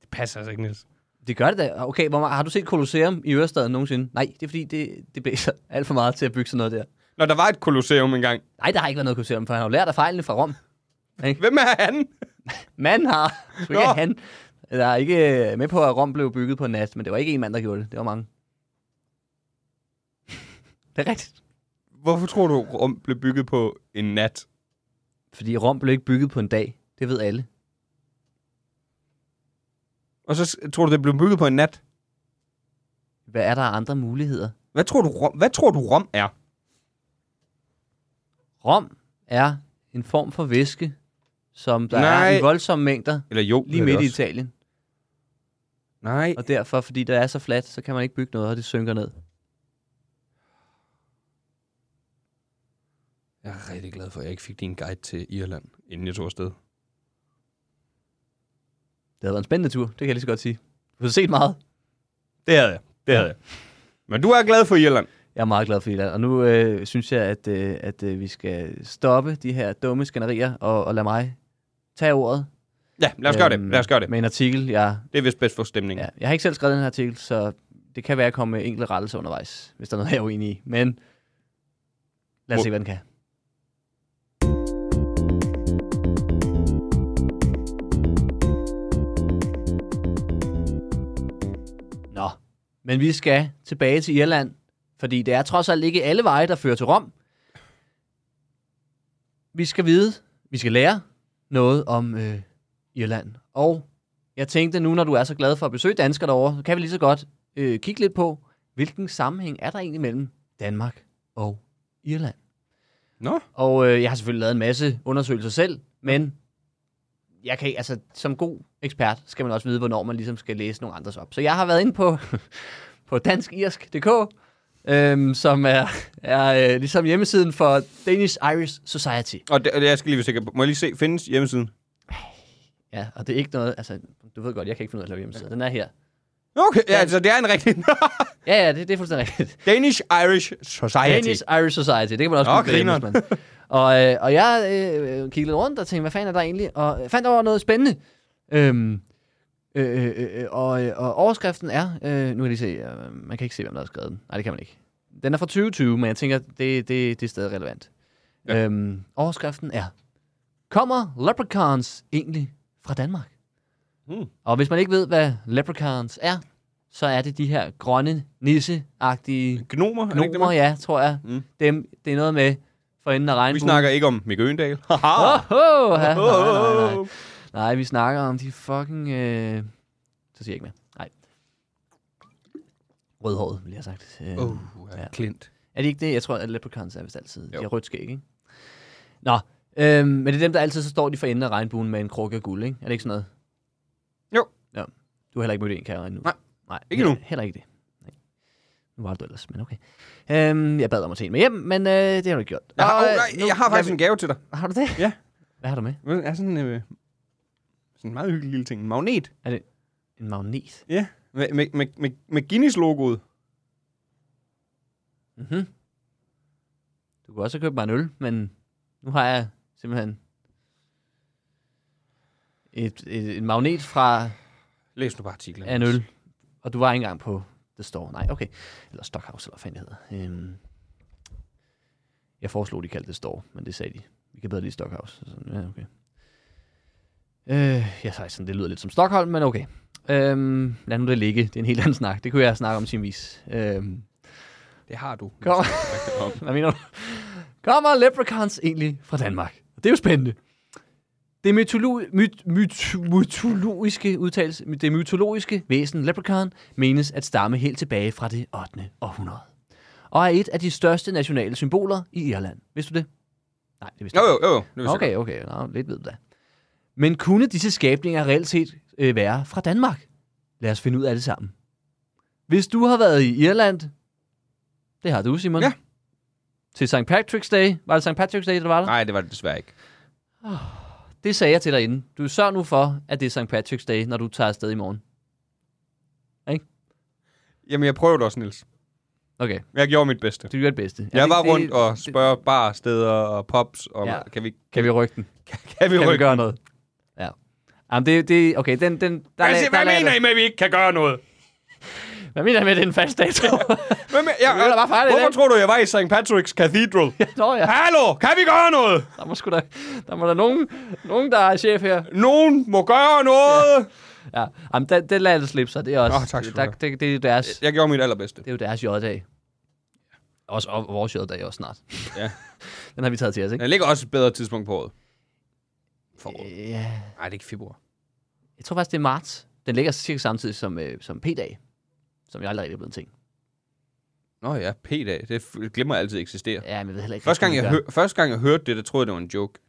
S3: Det passer altså ikke, Niels.
S4: Det gør det da. Okay, hvor, meget- har du set Colosseum i Ørestaden nogensinde? Nej, det er fordi, det, det blæser alt for meget til at bygge sådan noget der.
S3: Når der var et kolosseum engang,
S4: Nej, der har ikke været noget Colosseum, for han har jo lært af fejlene fra Rom.
S3: hvem er han?
S4: Man har. *laughs* Det var
S3: Nå.
S4: ikke han. Der er ikke øh, med på, at Rom blev bygget på en nat, men det var ikke en mand, der gjorde det. Det var mange. det er rigtigt.
S3: Hvorfor tror du, Rom blev bygget på en nat?
S4: Fordi Rom blev ikke bygget på en dag. Det ved alle.
S3: Og så s- tror du, det blev bygget på en nat?
S4: Hvad er der af andre muligheder?
S3: Hvad tror du, Rom, hvad tror du, Rom er?
S4: Rom er en form for væske, som der Nej.
S3: Nej.
S4: er i voldsomme mængder
S3: Eller jo,
S4: lige
S3: det er
S4: midt i
S3: det også.
S4: Italien.
S3: Nej,
S4: Og derfor, fordi der er så fladt, så kan man ikke bygge noget, og det synker ned.
S3: jeg er rigtig glad for, at jeg ikke fik din guide til Irland, inden jeg tog afsted.
S4: Det havde været en spændende tur, det kan jeg lige så godt sige. Du har set meget.
S3: Det havde jeg. Det havde jeg. Men du er glad for Irland.
S4: Jeg er meget glad for Irland, og nu øh, synes jeg, at, øh, at øh, vi skal stoppe de her dumme skænderier og, og lade mig tage ordet.
S3: Ja, lad os gøre det.
S4: Øhm,
S3: Lad os gøre det.
S4: Med en artikel. Jeg,
S3: Det er vist bedst for stemningen.
S4: ja, jeg har ikke selv skrevet den her artikel, så det kan være, at jeg kommer med enkelte rettelser undervejs, hvis der er noget, jeg er uenig i. Men lad os
S3: Må-
S4: se, hvad den kan. Nå, men vi skal tilbage til Irland, fordi det er trods alt ikke alle veje, der fører til Rom. Vi skal vide, vi skal lære noget om øh, Irland. Og jeg tænkte nu, når du er så glad for at besøge danskere derovre, så kan vi lige så godt øh, kigge lidt på, hvilken sammenhæng er der egentlig mellem Danmark og Irland.
S3: Nå.
S4: Og øh, jeg har selvfølgelig lavet en masse undersøgelser selv, men jeg kan, ikke- altså, som god ekspert skal man også vide, hvornår man ligesom skal læse nogle andres op. Så jeg har været inde på, *laughs* på danskirsk.dk, øhm, som er, er øh, ligesom hjemmesiden for Danish Irish Society.
S3: Og det, og det- jeg skal lige være sikker på. Må jeg lige se, findes hjemmesiden?
S4: Ja, og det er ikke noget, altså, du ved godt, jeg kan ikke finde ud af at lave hjemmesider. Den er her.
S3: Okay, ja, altså det er en rigtig...
S4: Ja, ja, det, det er fuldstændig rigtigt.
S3: *laughs* Danish Irish Society.
S4: Danish Irish Society, det kan man også
S3: Nå,
S4: google derhjemme,
S3: grineren.
S4: hvis man- og, øh, og jeg øh, øh, kiggede lidt rundt og tænkte, hvad fanden er der egentlig? Og øh, fandt over noget spændende. Øhm, øh, øh, øh, og, øh, og overskriften er, øh, nu kan jeg lige se, øh, man kan ikke se, hvem der har skrevet den. Nej, det kan man ikke. Den er fra 2020, men jeg tænker, det, det, det er stadig relevant. Ja. Øhm, overskriften er, kommer leprechauns egentlig fra Danmark?
S3: Hmm.
S4: Og hvis man ikke ved, hvad leprechauns er, så er det de her grønne, nisseagtige
S3: Gnomer, er det ikke det,
S4: Gnomer,
S3: man?
S4: ja, tror jeg.
S3: Mm.
S4: Mm. Dem, det er noget med for enden af regnbuen.
S3: Vi snakker ikke om Mikke Øgendal. *laughs* Haha.
S4: Oh, oh, ja.
S3: Åh, åh,
S4: nej, nej, nej.
S3: åh.
S4: nej, vi snakker om de fucking... Øh... Så siger jeg ikke mere. Nej. Rødhåret, vil jeg have sagt. Øh,
S3: Åh, ja,
S4: Ja.
S3: Klint.
S4: Er det ikke det? Jeg tror, at leprechauns er vist altid.
S3: Jo.
S4: De har rødt skæg, ikke? Nå, øh, men det er dem, der altid så står de for enden af regnbuen med en krukke af guld, ikke? Er det ikke sådan noget?
S3: Jo.
S4: Ja. Du har heller ikke mødt en, kan jeg regne nu.
S3: Nej.
S4: Nej,
S3: Ikke
S4: heller,
S3: endnu.
S4: Heller ikke det. Nej. Nu var det du ellers, men okay. Øhm, jeg bad om at tage en med hjem, men øh, det har du ikke gjort.
S3: Jeg har,
S4: Og,
S3: oh,
S4: øh,
S3: nej,
S4: nu
S3: jeg har
S4: lader
S3: faktisk
S4: vi-
S3: en gave til dig.
S4: Har du det?
S3: Ja.
S4: Hvad har du med?
S3: Det er sådan, øh, sådan en meget hyggelig lille ting. En magnet.
S4: En magnet.
S3: Ja. Med, med, med, med, med Guinness-logoet.
S4: Mhm. Du kunne også have købt mig en øl, men nu har jeg simpelthen et, et, en magnet fra
S3: Læs nu bare artiklen.
S4: af en øl. Og du var ikke engang på The Store. Nej, okay. Eller Stockhouse, eller hvad fanden det hedder. Øhm, jeg foreslog, de kaldte det Store, men det sagde de. Vi kan bedre lide Stockhouse. Så Sådan, ja, okay. Øh, jeg sagde sådan, det lyder lidt som Stockholm, men okay. Øhm, lad nu det ligge. Det er en helt anden snak. Det kunne jeg snakke om timevis. Øhm,
S3: Det har du.
S4: Kom.
S3: Om.
S4: hvad mener du? Kommer leprechauns egentlig fra Danmark? Det er jo spændende. Det mytolo- myt- myt- mytologiske udtalelse, det mytologiske væsen leprechaun menes at stamme helt tilbage fra det 8. århundrede. Og er et af de største nationale symboler i Irland. Vidste du det? Nej, det vidste
S3: Jo,
S4: jeg
S3: jo, jo. jo. Det vidste jeg
S4: Okay, okay. Nå, lidt ved du da. Men kunne disse skabninger reelt set øh, være fra Danmark? Lad os finde ud af det sammen. Hvis du har været i Irland, det har du, Simon.
S3: Ja.
S4: Til St. Patrick's Day. Var det St. Patrick's Day, der var
S3: godt.
S4: der?
S3: Nej, det var det desværre ikke.
S4: Det sagde jeg til dig inden. Du sørger nu for, at det er St. Patrick's Day, når du tager afsted i morgen.
S3: Jamen, jeg prøvede også, Nils.
S4: Okay,
S3: Jeg gjorde mit bedste.
S4: du gør det bedste.
S3: Jeg var
S4: det- det-
S3: rundt og spørger barsteder og pops, og
S4: Ja.
S3: kan vi,
S4: Kan vi rykke den?
S3: kan vi
S4: Kan vi
S3: rykke?
S4: gøre noget? Ja. Jamen, det, det, okay, den, den, der,
S3: Hvad,
S4: lag-
S3: siger- hvad
S4: der, lag-
S3: mener I med, at vi ikke kan gøre noget?
S4: Hvad mener jeg med, at det er en
S3: *laughs*
S4: fast dato?
S3: Hvad med, jeg,
S4: Vi vil da bare fejre det i
S3: hvorfor
S4: dag.
S3: tror du, jeg var i St. Patrick's
S4: *laughs*
S3: Cathedral?
S4: Nå ja.
S3: Hallo, kan vi gøre noget?
S4: Der må sgu da, der må der nogen, nogen, der er chef her.
S3: Nogen må gøre noget.
S4: Ja, Jamen, den, den lader det slippe sig. Det er også,
S3: Nå, tak skal du
S4: der,
S3: have.
S4: det, det, er deres,
S3: Jeg gjorde mit allerbedste.
S4: det er jo deres J-dag. Også, og vores J-dag også snart.
S3: Ja.
S4: Den har vi taget til os, ikke?
S3: Der ligger også et bedre tidspunkt på året. Foråret.
S4: Ja.
S3: Nej, det er ikke februar.
S4: Øh, Jeg tror faktisk, det er marts. Den ligger cirka samtidig som, øh, som P-dag, som jeg aldrig rigtig er blevet en ting.
S3: Nå ja, P-dag. Det f- glemmer jeg altid eksisterer.
S4: Ja, men jeg ved heller ikke.
S3: Første gang,
S4: rigtig,
S3: jeg
S4: hvad det
S3: hø- første gang, jeg hørte det, der troede jeg, det var en joke.
S4: gør.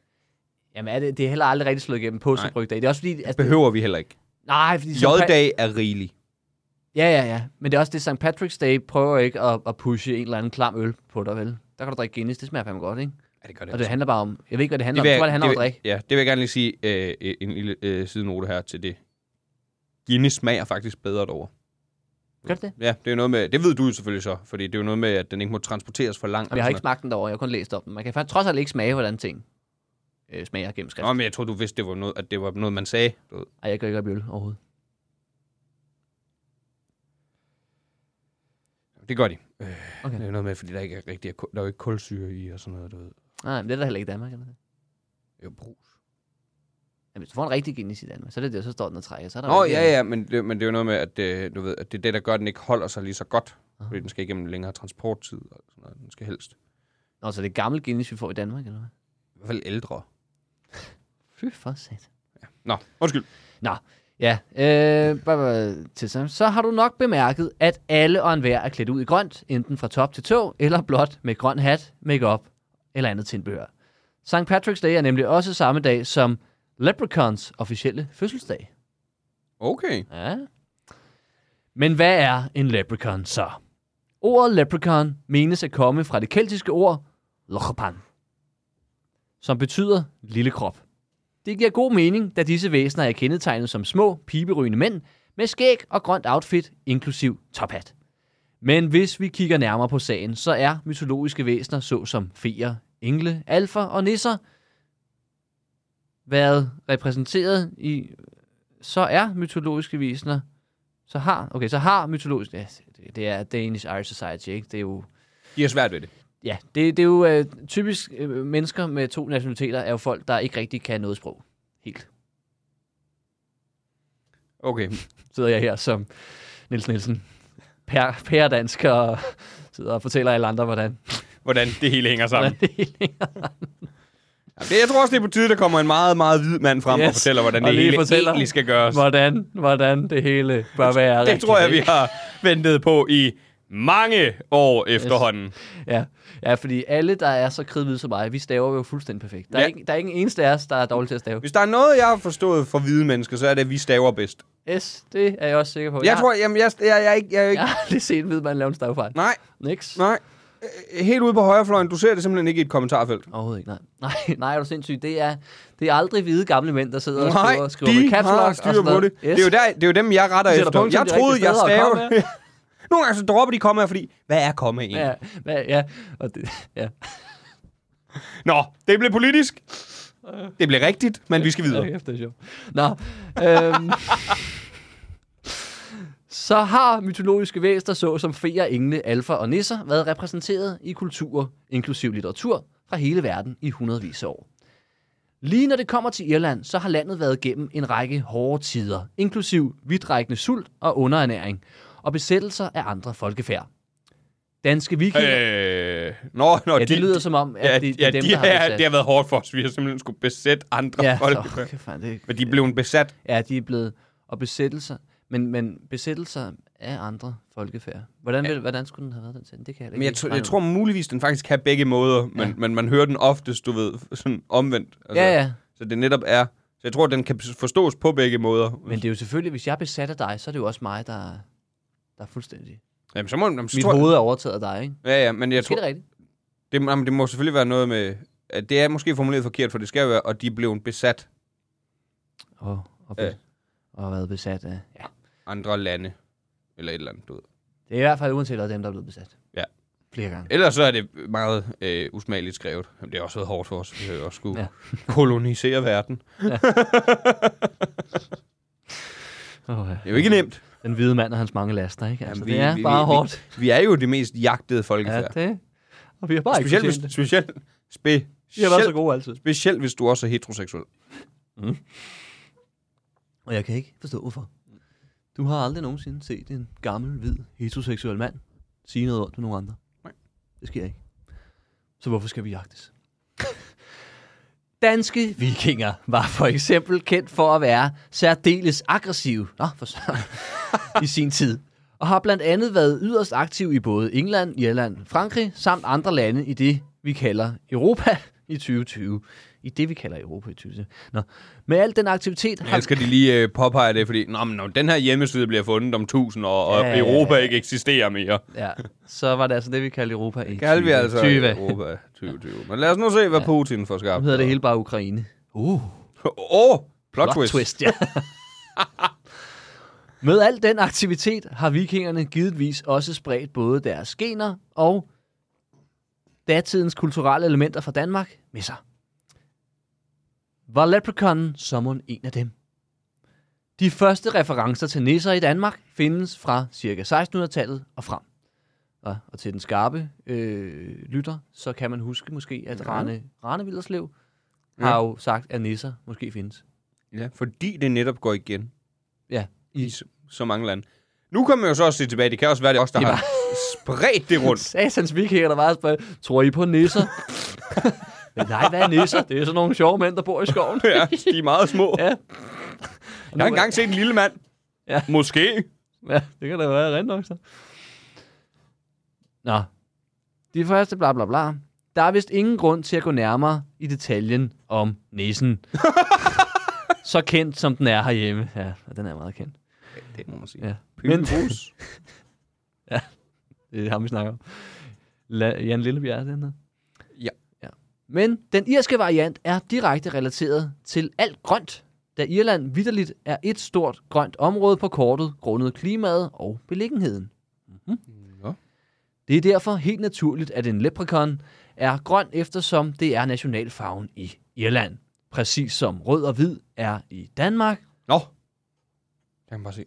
S4: Jamen, er det, det er heller aldrig rigtig slået igennem på
S3: Nej.
S4: dag. Det er også fordi... Altså, det,
S3: Behøver vi heller ikke.
S4: nej, fordi... St. Pa-
S3: J-dag er rigelig.
S4: Ja, ja, ja. Men det er også det, St. Patrick's Day prøver ikke at, at pushe en eller anden klam øl på dig, vel? Der kan du drikke Guinness, det smager fandme godt, ikke?
S3: Ja, det gør det.
S4: Og det handler bare om... Jeg ved ikke, hvad det handler
S3: vil
S4: om. Jeg tror,
S3: jeg-
S4: det handler om
S3: vil-
S4: drik.
S3: Ja, det vil jeg gerne lige sige øh, øh, en lille øh, sidenote her til det. Guinness smager faktisk bedre derovre.
S4: Gør det det?
S3: Ja, det er jo noget med, det ved du jo selvfølgelig så, fordi det er jo noget med, at den ikke må transporteres for langt.
S4: Jamen, jeg har ikke smagt den derovre, jeg har kun læst om den. Man kan faktisk trods alt ikke smage, hvordan ting øh, smager gennem skrift.
S3: Nå, men jeg tror, du vidste, det var noget, at det var noget, man sagde. Du ved.
S4: Ej, jeg gør ikke op i øl overhovedet.
S3: Det gør de. Øh,
S4: Okay.
S3: okay. Det er noget med, fordi der ikke er rigtig, er kul- der er jo ikke kulsyre i og sådan noget, du ved.
S4: Nej, men det er der heller ikke i Danmark. Eller? hvad?
S3: Det er jo brus.
S4: Jamen, hvis du får en rigtig Guinness i Danmark, så er det der, så står den og trækker. Så er der
S3: Nå,
S4: rigtig-
S3: ja, ja, men det, men det er jo noget med, at, øh, du ved, at det er det, der gør, at den ikke holder sig lige så godt.
S4: Aha.
S3: Fordi den skal igennem en længere transporttid og sådan noget. Den skal helst.
S4: Nå, så det er gammel Guinness, vi får i Danmark, eller hvad?
S3: I hvert fald ældre.
S4: Fy for sat.
S3: Nå, undskyld.
S4: Ja, øh, bare, bare, til sammen. så har du nok bemærket, at alle og enhver er klædt ud i grønt, enten fra top til tå, eller blot med grøn hat, makeup eller andet tilbehør. St. Patrick's Day er nemlig også samme dag som Leprechauns officielle fødselsdag.
S3: Okay.
S4: Ja. Men hvad er en leprechaun så? Ordet leprechaun menes at komme fra det keltiske ord lochapan, som betyder lille krop. Det giver god mening, da disse væsener er kendetegnet som små, piberygende mænd med skæg og grønt outfit, inklusiv tophat. Men hvis vi kigger nærmere på sagen, så er mytologiske væsener såsom feer, engle, alfer og nisser været repræsenteret i så er mytologiske væsener, så har, okay, så har mytologiske, ja, det- det er Danish Irish Society, ikke? Det er jo,
S3: De har svært ved det.
S4: ja, det, det er jo øh, typisk øh, mennesker med to nationaliteter er jo folk, der ikke rigtig kan noget sprog. Helt.
S3: Okay.
S4: Sidder jeg her som Niels Nielsen, pær, pær dansker, og sidder og fortæller alle andre, hvordan,
S3: Hvordan det hele hænger sammen.
S4: hvordan det hele hænger.
S3: Jamen, det- Jeg tror også, det er på tide, der kommer en meget, meget hvid mand frem yes. og
S4: Yes.
S3: fortæller, hvordan
S4: Og
S3: det
S4: lige
S3: hele
S4: fortæller,
S3: egentlig skal gøres.
S4: Hvordan, hvordan det hele bør være
S3: Det tror jeg, vi har ventet på i mange år efterhånden.
S4: Ja. ja, fordi alle, der er så kridhvide som mig, vi staver jo fuldstændig perfekt. Der er,
S3: Ja.
S4: ja. ikke, der er ikke en eneste af os, der er dårlig til at stave.
S3: Hvis der er noget, jeg har forstået for hvide mennesker, så er det, at vi staver bedst.
S4: S, det er jeg også sikker på.
S3: Jeg tror, jamen, jeg, jeg, jeg, er ikke... Jeg, er
S4: jeg,
S3: ikke
S4: jeg har lige set en hvid mand lave en stavefejl.
S3: Nej,
S4: Niks.
S3: nej. Øh, Helt ude på højrefløjen, du ser det simpelthen ikke i et kommentarfelt.
S4: Overhovedet ikke, nej. *laughs* Nej, nej, er du sindssyg. Det er, det er aldrig hvide gamle mænd, der sidder og
S3: Nej,
S4: skriver, skriver med
S3: de
S4: caps
S3: har
S4: lock og
S3: styr
S4: sådan
S3: på
S4: noget.
S3: det. Det er jo, der, det er jo dem, jeg retter
S4: De sætter
S3: efter.
S4: punktum
S3: jeg
S4: de rigtige
S3: troede, jeg
S4: steder og
S3: stavede...
S4: kommaer.
S3: Nogle gange så dropper de kommaer, fordi... Hvad er kommaen? *laughs* Ja.
S4: Ja, hvad- ja, og det, ja.
S3: Nå, det blev politisk. Det blev rigtigt, men vi skal videre.
S4: Øh. Okay, det er sjovt. Nå, øhm, så har mytologiske væsener, såsom feer, engle, alfer og nisser, været repræsenteret i kulturer, inklusiv litteratur, fra hele verden i hundredvis af år. Lige når det kommer til Irland, så har landet været gennem en række hårde tider, inklusiv vidtrækkende sult og underernæring, og besættelser af andre folkefærd. Danske vikinger... Øh,
S3: Øh, nå, nå,
S4: ja, det lyder som om, at
S3: ja,
S4: det, det er
S3: ja,
S4: dem,
S3: de
S4: der har
S3: har,
S4: besat.
S3: det har været hårdt for os. Vi har simpelthen skulle besætte andre
S4: ja,
S3: folk.
S4: så, okay, fanden, det,
S3: Men de blev en besat.
S4: Ja, de er blevet og besættelser. Men, men besættelser af andre folkefærd. Hvordan, vil, hvordan skulle den have været den til? Det kan jeg
S3: Men
S4: ikke
S3: jeg,
S4: rigtig
S3: tr-
S4: regne
S3: jeg
S4: ud.
S3: tror muligvis, den faktisk kan begge måder, men, ja. men man hører den oftest, du ved, sådan omvendt. Altså,
S4: Ja, ja.
S3: Så det netop er... Så jeg tror, den kan forstås på begge måder.
S4: Men det er jo selvfølgelig, hvis jeg er besat af dig, så er det jo også mig, der, der er fuldstændig...
S3: Jamen, så må, jamen, så
S4: Mit
S3: tror, jeg-
S4: hoved er overtaget af dig, ikke?
S3: Ja, ja, men jeg
S4: Skal
S3: tror,
S4: det rigtigt?
S3: det, jamen, det må selvfølgelig være noget med... at Det er måske formuleret forkert, for det skal jo være, og de blev en besat
S4: Og, og,
S3: Ja.
S4: be, og været besat af... Ja.
S3: andre lande. Eller et eller andet, du ved.
S4: Det er i hvert fald uanset hvad dem, der er blevet besat.
S3: Ja.
S4: Flere gange.
S3: Ellers så er det meget øh, usmageligt skrevet. Jamen, det har også været hårdt for os. Vi har jo også skulle
S4: Ja.
S3: ja. *laughs* kolonisere verden.
S4: Oh, ja.
S3: Det er jo ikke nemt.
S4: Den hvide mand og hans mange laster, ikke? Altså,
S3: Jamen,
S4: Jamen, det er bare
S3: vi,
S4: hårdt.
S3: Vi, vi er jo det mest jagtede
S4: ja,
S3: folkefærd. Ja,
S4: det... Og vi har bare
S3: specielt,
S4: ikke fortjent
S3: hvis,
S4: det.
S3: specielt, specielt,
S4: Vi har været så gode altid.
S3: specielt, hvis du også er heteroseksuel.
S4: Og jeg kan ikke forstå, hvorfor. Du har aldrig nogensinde set en gammel, hvid, heteroseksuel mand sige noget ondt om nogen andre.
S3: Nej.
S4: Det sker ikke. Så hvorfor skal vi jagtes? *laughs* Danske vikinger var for eksempel kendt for at være særdeles aggressive Nå, for søren. i sin tid, og har blandt andet været yderst aktiv i både England, Irland, Frankrig samt andre lande i det, vi kalder Europa i 2020. I det, vi kalder Europa i 2020. Nå. Med al den aktivitet... har-
S3: Jeg elsker, de lige øh, påpeger det, fordi Nå, men, når den her hjemmeside bliver fundet om tusind år, og
S4: Ja,
S3: ja,
S4: ja,
S3: Europa ikke eksisterer mere.
S4: Ja, så var det altså det, vi kaldte Europa i
S3: Kan vi altså
S4: 20.
S3: Europa 2020. Men lad os nu se, hvad Putin får skabt.
S4: Nu hedder det hele bare Ukraine. Uh,
S3: Åh, oh, plot,
S4: plot twist. twist ja. *laughs* Med al den aktivitet har vikingerne givetvis også spredt både deres gener og datidens kulturelle elementer fra Danmark med sig. Var leprechaunen sommeren en af dem? De første referencer til nisser i Danmark findes fra ca. 1600-tallet og frem. Ja, og til den skarpe øh, lytter, så kan man huske måske, at Rane, Rane Villerslev har jo sagt, at nisser måske findes.
S3: Ja, fordi det netop går igen
S4: Ja,
S3: i så, så mange lande. Nu kommer jeg jo så også se tilbage. Det kan også være, det er os, der
S4: Det er
S3: har spredt det
S4: *laughs*
S3: rundt.
S4: Satans vikinger, der bare spørger, tror I på nisser? *laughs* Men nej, hvad er nisser? Det er sådan nogle sjove mænd, der bor i skoven.
S3: Ja, de er meget små.
S4: Ja.
S3: Jeg har engang set en lille mand.
S4: Ja.
S3: Måske.
S4: Ja, det kan da være rent nok så. Nå. De første bla bla bla. Der er vist ingen grund til at gå nærmere i detaljen om nissen. så kendt, som den er herhjemme. Ja, og den er meget kendt.
S3: Det må man sige.
S4: Ja. Men- *laughs*
S3: Pylerus.
S4: Det er ham, vi snakker om. La- Jan Lillebjerg, er det, den her.
S3: Ja.
S4: ja. Men den irske variant er direkte relateret til alt grønt, da Irland vidderligt er et stort grønt område på kortet, grundet klimaet og beliggenheden. Mhm.
S3: Nå.
S4: Det er derfor helt naturligt, at en leprechaun er grøn, eftersom det er nationalfarven i Irland. Præcis som rød og hvid er i Danmark.
S3: Nå. Jeg kan bare se.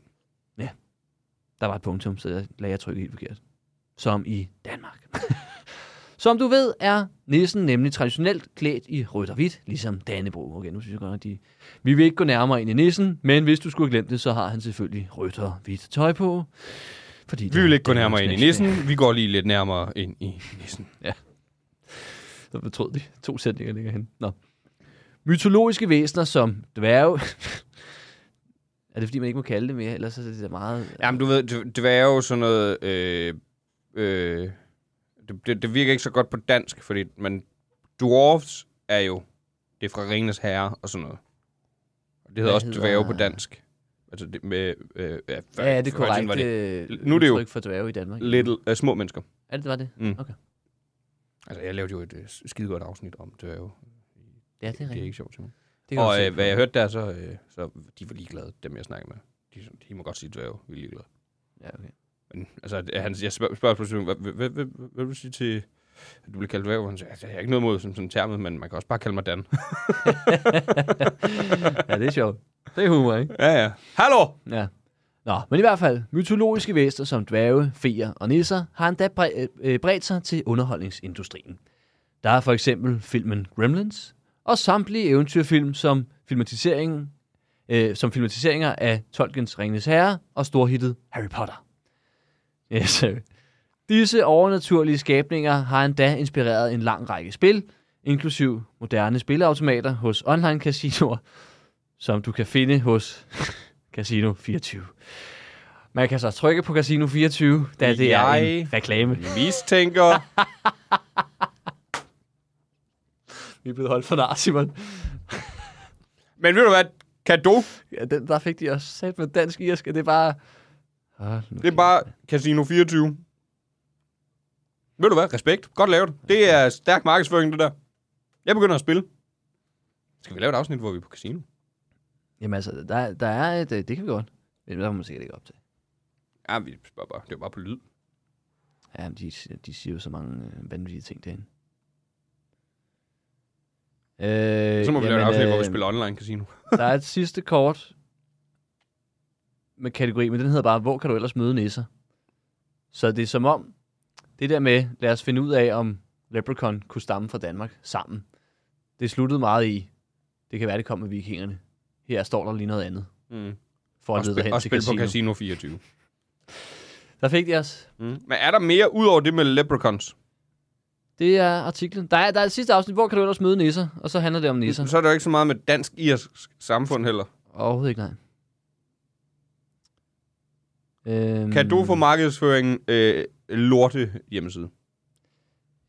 S4: Der var et punktum, så jeg lagde jeg trykket helt forkert. Som i Danmark. *laughs* som du ved, er nissen nemlig traditionelt klædt i rødt og hvidt, ligesom Dannebro. Okay, nu synes jeg godt nok, de... Vi vil ikke gå nærmere ind i nissen, men hvis du skulle have glemt det, så har han selvfølgelig rødt og hvidt tøj på. Fordi det
S3: Vi vil
S4: er
S3: ikke gå nærmere ind i
S4: Danmarks
S3: nissen. Vi går lige lidt nærmere ind i nissen.
S4: *laughs* Så betrød de to sætninger ligger hen. Nå. Mytologiske væsener som dværge... *laughs* er det fordi, man ikke må kalde det mere? Ellers er det da meget...
S3: Jamen, du ved, d- dværge sådan noget... Øh, øh, det, det, det virker ikke så godt på dansk, fordi man, dwarfs er jo... Det er fra Ringens Herre og sådan noget. Og det hedder
S4: Hvad
S3: også
S4: hedder-
S3: dværge på dansk. Altså, det med... Øh, ja, før- før
S4: ja, det er
S3: i tiden
S4: korrekt.
S3: var det
S4: øh,
S3: Nu er det jo
S4: udtryk for dværge i Danmark.
S3: Little, øh, små mennesker.
S4: Er det, det var det?
S3: Mm.
S4: Okay.
S3: Altså, jeg lavede jo et øh, skidegodt afsnit om dværge.
S4: Ja, det er
S3: Det er
S4: rigtigt.
S3: ikke sjovt, Simon.
S4: Det kan du
S3: Og
S4: se
S3: øh,
S4: på.
S3: hvad jeg hørte der, så, øh, så de var ligeglade, dem jeg snakkede med. De, de må godt sige dværge, vi er ligeglade.
S4: Ja, okay. *laughs*
S3: Men altså, at han, jeg spørger, spørger pludselig, hvad, hvad, hvad, hvad, hvad vil du sige til, at du bliver kaldt dværg? Og Han siger, altså, jeg har ikke noget mod sådan, sådan termet, men man kan også bare kalde mig Dan.
S4: ja, det er sjovt. Det er humor, ikke?
S3: *laughs* ja, ja. Hallo!
S4: Ja. Nå, men i hvert fald, mytologiske væsener som dværge, feer og nisser har endda bre- øh, bredt sig til underholdningsindustrien. Der er for eksempel filmen Gremlins, og samtlige eventyrfilm som filmatiseringen øh, som filmatiseringer af Tolkiens Ringenes Herre og storhittet Harry Potter. Yes. øh. Disse overnaturlige skabninger har endda inspireret en lang række spil, inklusiv moderne spilleautomater hos online-casinoer, som du kan finde hos *laughs* Casino 24. Man kan så trykke på Casino 24, da det er
S3: Jeg-
S4: en reklame.
S3: Jeg mistænker.
S4: Vi er blevet holdt for nar, Simon.
S3: *laughs* men ved du hvad? Kado.
S4: Ja, den, der fik de også sat med dansk irsk, det er bare... Hold nu
S3: Det er bare Casino 24. Ved du hvad? Respekt. Godt lavet. Det er stærk markedsføring, det der. Jeg begynder at spille. Skal vi lave et afsnit, hvor vi er på casino?
S4: Jamen altså, der, der er et, øh, det kan vi godt. Men der må man sikkert ikke op til.
S3: Ja, vi spørger bare. Det var bare på lyd.
S4: Ja, men de, de siger jo så mange øh, vanvittige ting derinde. Øh,
S3: Så må vi lave et afsnit, hvor vi
S4: øh,
S3: spiller online casino.
S4: Der er et sidste kort med kategori, men den hedder bare, hvor kan du ellers møde nisser? Så det er som om, det der med, lad os finde ud af, om Leprechaun kunne stamme fra Danmark sammen. Det sluttede meget i, det kan være, det kom med vikingerne. Her står der lige noget andet,
S3: Mm.
S4: for
S3: Og,
S4: at lede dig
S3: spil,
S4: hen
S3: og
S4: til
S3: spille
S4: casino.
S3: på Casino 24.
S4: Der fik de os.
S3: Mm. Men er der mere ud over det med leprechauns?
S4: Det er artiklen. Der er, der er et sidste afsnit, hvor kan du ellers møde nisser? Og så handler det om nisser. Mm.
S3: Så er der jo ikke så meget med dansk-irsk samfund heller.
S4: Overhovedet ikke, nej. Øhm,
S3: Kan du få markedsføringen øh, lorte hjemmeside?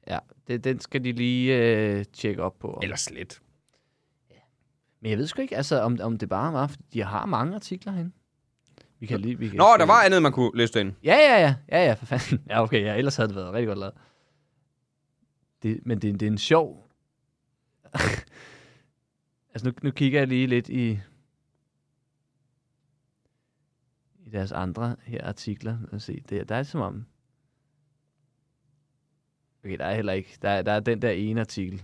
S4: Ja, det, den skal de lige øh, tjekke op på.
S3: Eller slet.
S4: Men jeg ved sgu ikke, altså, om, om det bare var, for de har mange artikler herinde. Vi kan lige, vi kan
S3: Nå, der var andet, man kunne læse ind.
S4: Ja, ja, ja. Ja, ja, for fanden. Ja, okay, ja, ellers havde det været rigtig godt lavet. Det, men det, er en- det er en sjov... *laughs* altså, nu, nu kigger jeg lige lidt i... I deres andre her artikler. Lad os se, det, der er det som om... Okay, der er heller ikke... Der er, der er den der ene artikel.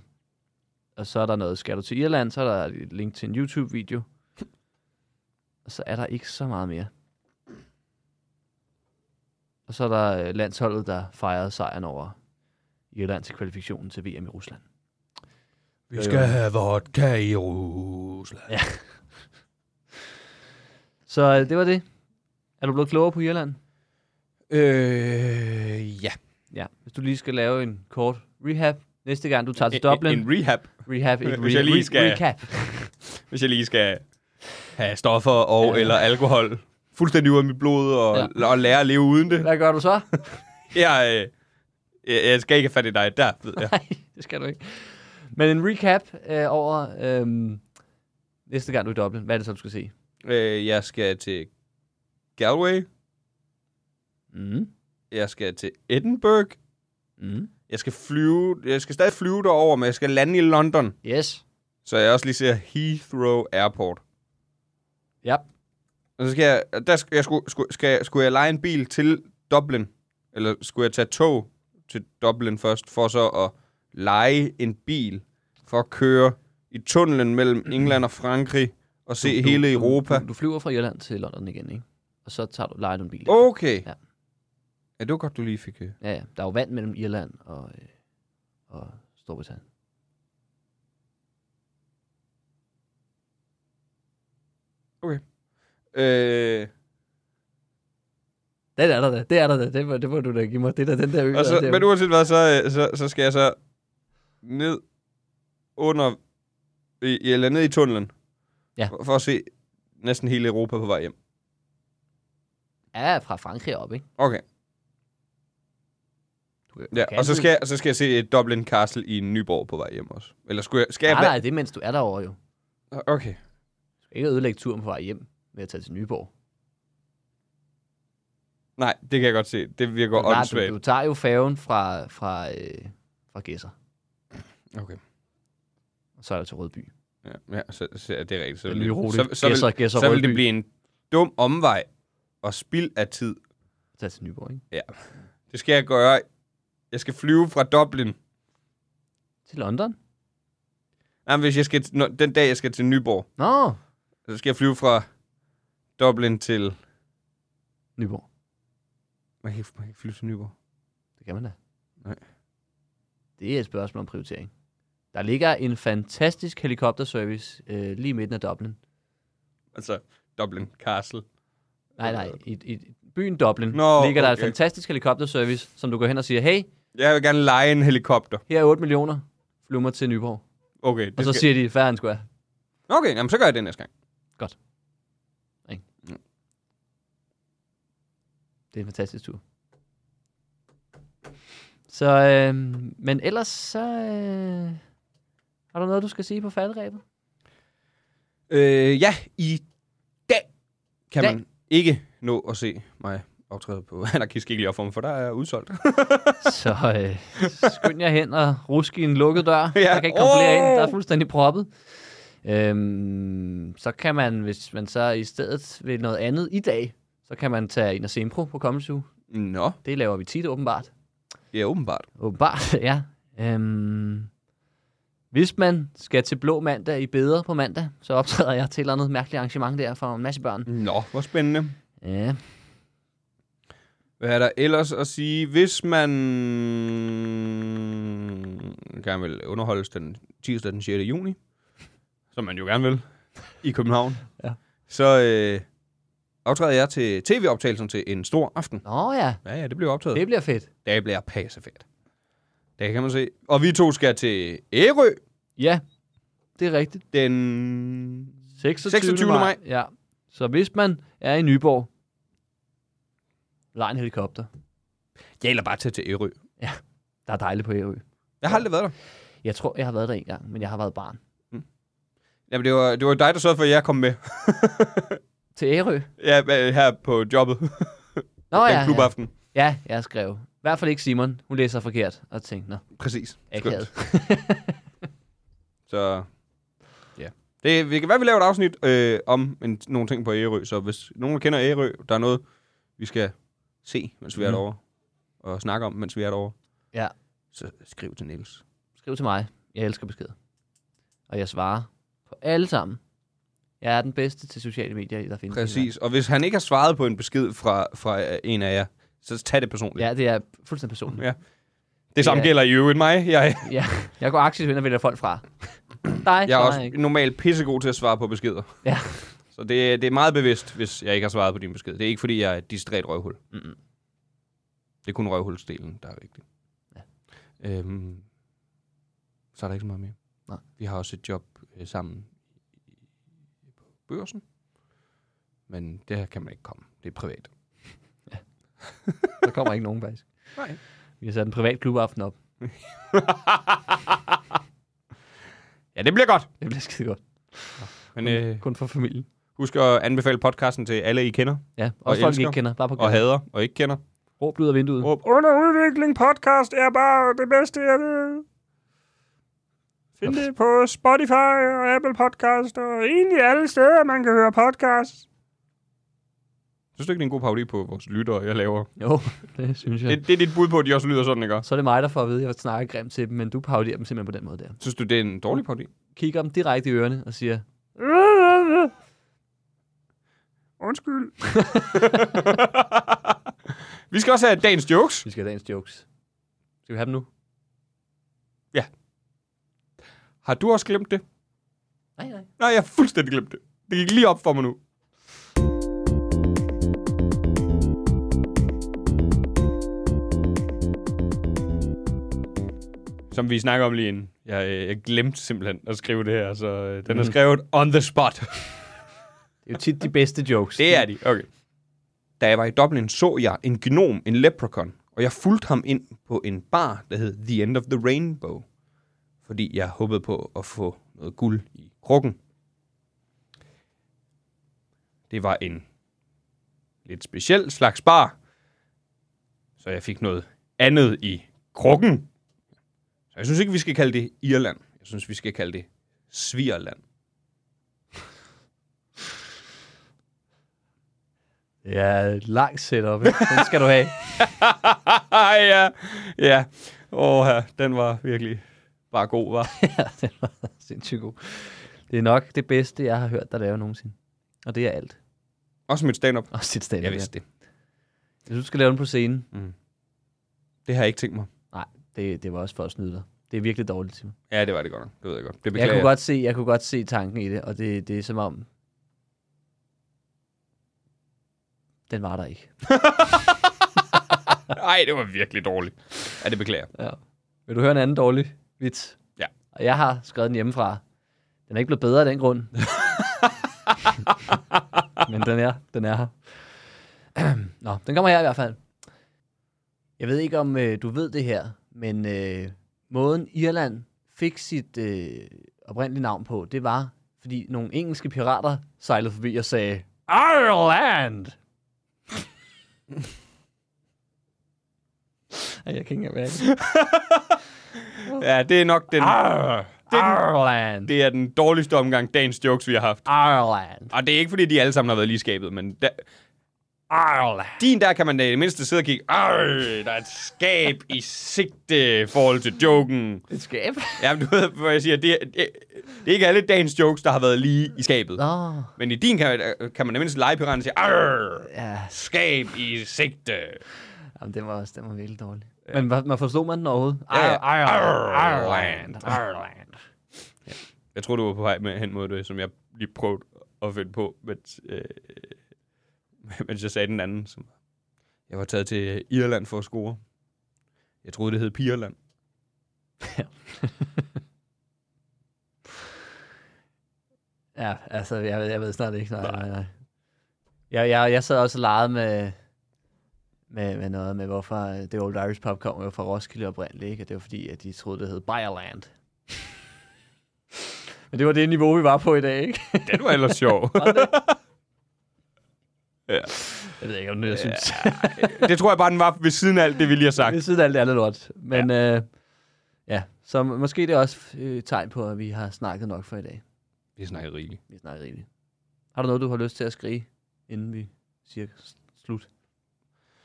S4: Og så er der noget, skal du til Irland, så er der et link til en YouTube-video. Og så er der ikke så meget mere. Og så er der øh, landsholdet, der fejrede sejren over Irland til kvalifikationen til VM i Rusland.
S3: Vi skal have vodka i Rusland.
S4: Så øh, det var det. Er du blevet klogere på Irland?
S3: Øh, ja.
S4: Ja. Hvis du lige skal lave en kort rehab næste gang, du tager til
S3: En- en-
S4: Altså Dublin.
S3: En rehab,
S4: rehab, ikke
S3: *laughs* Hvis
S4: re-
S3: jeg lige
S4: re-
S3: skal-
S4: recap.
S3: hvis jeg lige skal have stoffer og
S4: Ja.
S3: eller alkohol fuldstændig ud af mit blod og,
S4: Ja.
S3: og lære at leve uden det.
S4: Hvad gør du
S3: *laughs*
S4: så?
S3: Jeg, øh, jeg, jeg skal ikke have fat i dig der,
S4: *laughs*
S3: ved jeg.
S4: Nej, det skal du ikke. Men en recap øh, over øhm, Næste gang du er i Dublin, hvad er det så, du skal se?
S3: Øh, jeg skal til Galway. Mm-hmm.
S4: Mm.
S3: Jeg skal til Edinburgh.
S4: Mm.
S3: Jeg skal flyve. Jeg skal stadig flyve derover, men jeg skal lande i London.
S4: Yes.
S3: Så jeg også lige ser Heathrow Airport.
S4: Ja.
S3: Og så skal jeg, der skal, jeg skulle, skulle, skal, skulle jeg lege en bil til Dublin, eller skulle jeg tage tog til Dublin først, for så at lege en bil for at køre i tunnelen mellem England og Frankrig og se
S4: Du- du-
S3: hele
S4: du-
S3: Europa.
S4: Du, du flyver fra Irland til London igen, ikke? Og så tager du, lejer du en bil.
S3: Okay.
S4: Ja.
S3: Ja. ja, det var godt, du lige fik... øh,
S4: Ja, ja. Der er jo vand mellem Irland og, øh, og Storbritannien.
S3: Øh,
S4: Det er der da. Det er der da. Det må, det må du da give mig. Det er da den der ø.
S3: og
S4: der,
S3: så,
S4: det er-
S3: men uanset hvad, så, øh, så, så skal jeg så ned under... I, eller ned i tunnelen.
S4: Ja.
S3: For, for at se næsten hele Europa på vej hjem.
S4: Ja, fra Frankrig op, ikke?
S3: Okay.
S4: Du, kan- du
S3: Ja,
S4: kan
S3: og så
S4: altid-
S3: skal, jeg, så skal jeg se øh, Dublin Castle i Nyborg på vej hjem også. Eller skulle jeg... Skal jeg
S4: Nej, nej, det er mens du er derovre jo. Du
S3: nej. Okay.
S4: skal ikke ødelægge turen på vej hjem med at tage til Nyborg.
S3: Nej, det kan jeg godt se. Det virker
S4: Men nej,
S3: åndssvagt.
S4: du, du tager jo færgen fra, fra, øh, fra Gæsser,
S3: Okay.
S4: og så er du til Rødby.
S3: Ja, ja så, så, ja, det er rigtigt. Så,
S4: Den
S3: vil-
S4: nye rute.
S3: så, så,
S4: Gedser,
S3: vil,
S4: Gedser,
S3: så vil
S4: Rødby.
S3: det blive en dum omvej og spild af tid.
S4: Og tager til Nyborg, ikke?
S3: Det skal jeg gøre. Jeg skal flyve fra Dublin.
S4: Til London?
S3: Nej, men hvis jeg skal, når, den dag, jeg skal til Nyborg,
S4: Nå,
S3: så skal jeg flyve fra Dublin til...
S4: Nyborg.
S3: Man kan, ikke- man kan ikke flyve til Nyborg.
S4: Det kan man da.
S3: Nej.
S4: Det er et spørgsmål om prioritering. Der ligger en fantastisk helikopterservice øh, lige midten af Dublin.
S3: Altså, Dublin Castle.
S4: Nej, nej, i, i byen Dublin
S3: Nå,
S4: ligger der et
S3: okay.
S4: fantastisk helikopterservice, som du går hen og siger, hey,
S3: Jeg vil gerne lege en helikopter.
S4: her er 8 millioner, flyv mig til Nyborg.
S3: Okay, det
S4: Og så
S3: skal...
S4: siger de, færre end square.
S3: Okay, jamen, så gør jeg det næste gang.
S4: Det er en fantastisk tur. Så, øh, men ellers så... Øh, har du noget, du skal sige på faldrebet?
S3: Øh, ja, i dag kan
S4: Dag.
S3: dag. man ikke nå at se mig optræde på *laughs* anarkistisk ikke form, for der er udsolgt.
S4: så øh, skynd jer hen og rusk i en lukket dør.
S3: Ja.
S4: Ja. Der kan ikke komme flere ind. Der er
S3: Åh!
S4: fuldstændig proppet. Øhm, så kan man, hvis man så i stedet vil noget andet i dag, så kan man tage ind og se impro på Comedy Zoo.
S3: nå,
S4: Det laver vi tit, åbenbart.
S3: ja, åbenbart.
S4: Åbenbart, *laughs* ja. Øhm, hvis man skal til Blå Mandag i Beder på mandag, så optræder jeg til et eller andet mærkeligt arrangement der for en masse børn.
S3: Nå, hvor spændende.
S4: Ja,
S3: Hvad er der ellers at sige, hvis man gerne vil underholdes den tirsdag den 6. juni, som man jo gerne vil, i København,
S4: *laughs* Ja.
S3: så øh, aftræder jeg til tv-optagelsen til en stor aften.
S4: nå ja,
S3: Ja, ja, det bliver optaget.
S4: det bliver fedt.
S3: Det bliver pasefedt. Det kan man se. Og vi to skal til Ærø
S4: Ja, det er rigtigt.
S3: den...
S4: 26.
S3: 26. maj.
S4: Ja. Så hvis man er i Nyborg, lej en helikopter.
S3: Ja, eller bare tage til Ærø.
S4: Der er dejligt på Ærø.
S3: Jeg har aldrig været der.
S4: Jeg tror, jeg har været der en gang, men jeg har været barn.
S3: Jamen, det var, det var dig, der sørgede for, at jeg kom med.
S4: Til Ærø?
S3: ja, øh, her på jobbet.
S4: Nå
S3: den
S4: ja, ja.
S3: klubaften.
S4: ja, jeg skrev. I hvert fald ikke Simon. Hun læser forkert og tænkte, nå,
S3: Præcis.
S4: akavet.
S3: Så ja. Det, vi kan være, vi laver et afsnit øh, om en, nogle ting på Ærø. Så hvis nogen kender Ærø, der er noget, vi skal se, mens vi er
S4: Mm.
S3: derovre. Og snakke om, mens vi er derovre.
S4: Ja.
S3: Så skriv til Niels.
S4: Skriv til mig. Jeg elsker beskeder. Og jeg svarer på alle sammen. Jeg er den bedste til sociale medier, der findes. i verden.
S3: Præcis. Og hvis han ikke har svaret på en besked fra, fra øh, en af jer, så tag det personligt. Ja.
S4: Ja, det er fuldstændig personligt.
S3: Ja. Det samme
S4: Ja.
S3: ja. gælder i øvrigt mig. Jeg,
S4: Ja. Jeg går aktivt hen og vælger folk
S3: *coughs*
S4: fra. Dig,
S3: jeg er
S4: svarer
S3: også
S4: ikke.
S3: normalt pissegod til at svare på beskeder.
S4: Ja.
S3: Så det, det er meget bevidst, hvis jeg ikke har svaret på din besked. Det er ikke, fordi jeg er et distræt røvhul.
S4: Mm-mm.
S3: Det er kun røvhulsdelen, der er vigtig. Ja. Øhm, så er der ikke så meget mere.
S4: Nej.
S3: Vi har også et job øh, sammen i- på børsen. Men det her kan man ikke komme. Det er privat.
S4: Der kommer ikke nogen, faktisk.
S3: Nej.
S4: Vi har sat en privat klubaften op.
S3: ja, det bliver godt.
S4: Det bliver skide godt.
S3: Men øh,
S4: Kun for familien.
S3: husk at anbefale podcasten til alle, I kender
S4: Ja, også
S3: og
S4: og folk, vi
S3: elsker.
S4: ikke kender. Bare på
S3: og
S4: gaden.
S3: hader og ikke kender.
S4: Råb ud af vinduet.
S3: Råb, under udvikling podcast er bare det bedste, jeg ved. Find det på Spotify og Apple Podcast og egentlig alle steder, man kan høre podcast. Synes du ikke, det er en god parodi på vores lyttere, jeg laver?
S4: Jo, *laughs* det synes jeg.
S3: Det, det er dit bud på, at de også lyder sådan, ikke? også?
S4: Så er det mig, der får at vide, at jeg snakker grimt til dem, men du parodierer dem simpelthen på den måde der.
S3: Synes du, det er en dårlig parodi?
S4: Kigger dem direkte i ørerne og siger,
S3: Undskyld. *laughs* Vi skal også have dagens jokes.
S4: vi skal have dagens jokes. Skal vi have dem nu?
S3: Har du også glemt det?
S4: Nej, nej.
S3: Nej, jeg har fuldstændig glemt det. Det gik lige op for mig nu. Som vi snakker om lige inden. Jeg, øh, jeg glemte simpelthen at skrive det her, så øh, den er skrevet on the spot.
S4: Det er jo tit de bedste jokes.
S3: Det er de, okay. Da jeg var i Dublin, så jeg en gnom, en leprechaun, og jeg fulgte ham ind på en bar, der hed The End of the Rainbow, fordi jeg håbede på at få noget guld i krukken. Det var en lidt speciel slags bar, så jeg fik noget andet i krukken. Så jeg synes ikke, vi skal kalde det Irland. Jeg synes, vi skal kalde det Svirland.
S4: Ja, et langt setup. ikke? Den skal du
S3: *laughs*
S4: have.
S3: ja, ja. Åh, ja, den var virkelig bare god, var.
S4: ja, den var sindssygt god. Det er nok det bedste, jeg har hørt dig lave nogensinde. Og det er alt.
S3: Også mit stand-up.
S4: Også dit stand
S3: Jeg vidste det.
S4: Hvis du skal lave den på scenen,
S3: Det har jeg ikke tænkt mig.
S4: nej, det, det var også for at snyde dig. Det er virkelig dårligt, Simon.
S3: Ja, det var det godt nok. Det ved jeg godt. Det
S4: Jeg
S3: beklager
S4: kunne, godt se, jeg kunne godt se tanken i det, og det, det er som om... Den var der ikke.
S3: Ej, det var virkelig dårligt. Ja, det beklager jeg.
S4: Ja. Vil du høre en anden dårlig vits?
S3: Ja.
S4: Og jeg har skrevet den hjemmefra. Den er ikke blevet bedre af den *laughs* grund. Men den er, den er her. *clears throat* Nå, den kommer her i hvert fald. Jeg ved ikke, om øh, du ved det her, men øh, måden Irland fik sit øh, oprindelige navn på, det var, fordi nogle engelske pirater sejlede forbi og sagde, Ireland! *laughs* Ej, jeg kan ikke engang
S3: Ja, det er nok den... Det er den,
S4: Ireland.
S3: det er den dårligste omgang dagens jokes, vi har haft.
S4: Ireland.
S3: Og det er ikke, fordi de alle sammen har været lige i skabet, men da,
S4: Ireland.
S3: din der kan man da i det mindste sidde og kigge. Ej, der er et skab i sigte i forhold til joken.
S4: Et skab.
S3: Ja, men du ved, hvor jeg siger, det, er- det, det er ikke alle dagens jokes, der har været lige i skabet.
S4: Nå,
S3: Men i din kan, kan man nemlig lege piraten og sige, Arr,
S4: ja.
S3: skab i sigte.
S4: Jamen, den var, også, den var virkelig dårlig. Ja. Men hva- man forstod man den overhovedet?
S3: Ja, ja.
S4: Ireland. Ireland. Ireland.
S3: Jeg tror, du var på vej med, hen mod det, som jeg lige prøvede at finde på, mens, øh, *laughs* mens jeg sagde den anden. Som, jeg var taget til Irland for at score. Jeg troede, det hed Pirland.
S4: Ja, altså, jeg, ved- jeg ved snart ikke. Nej, nej, nej. Jeg, jeg, jeg sad også og legede med, med, med noget med, hvorfor øh, The Old Irish Pub kom jo fra Roskilde oprindeligt, ikke? Og det var fordi, at de troede, det hed *laughs* Bayerland. Men det var det niveau, vi var på i dag, ikke?
S3: Den var ellers sjov.
S4: *laughs* Jeg ved ikke, om det, jeg synes.
S3: *laughs* det tror jeg bare, den var ved siden af alt det, vi lige har sagt.
S4: Ved siden af alt det andet lort. Men ja. Øh, ja, så måske det er også øh, et tegn på, at vi har snakket nok for i dag.
S3: Vi snakkede rigeligt.
S4: Vi har snakket rigeligt. Har du noget, du har lyst til at skrige, inden vi siger s- slut?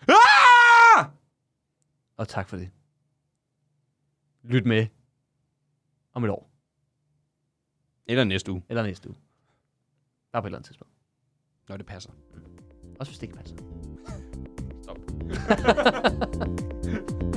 S3: Ah!
S4: Og tak for det. Lyt med om et år,
S3: Eller næste uge,
S4: eller næste uge. Bare på et eller andet tidspunkt.
S3: når det passer.
S4: Også hvis det ikke passer.
S3: Stop.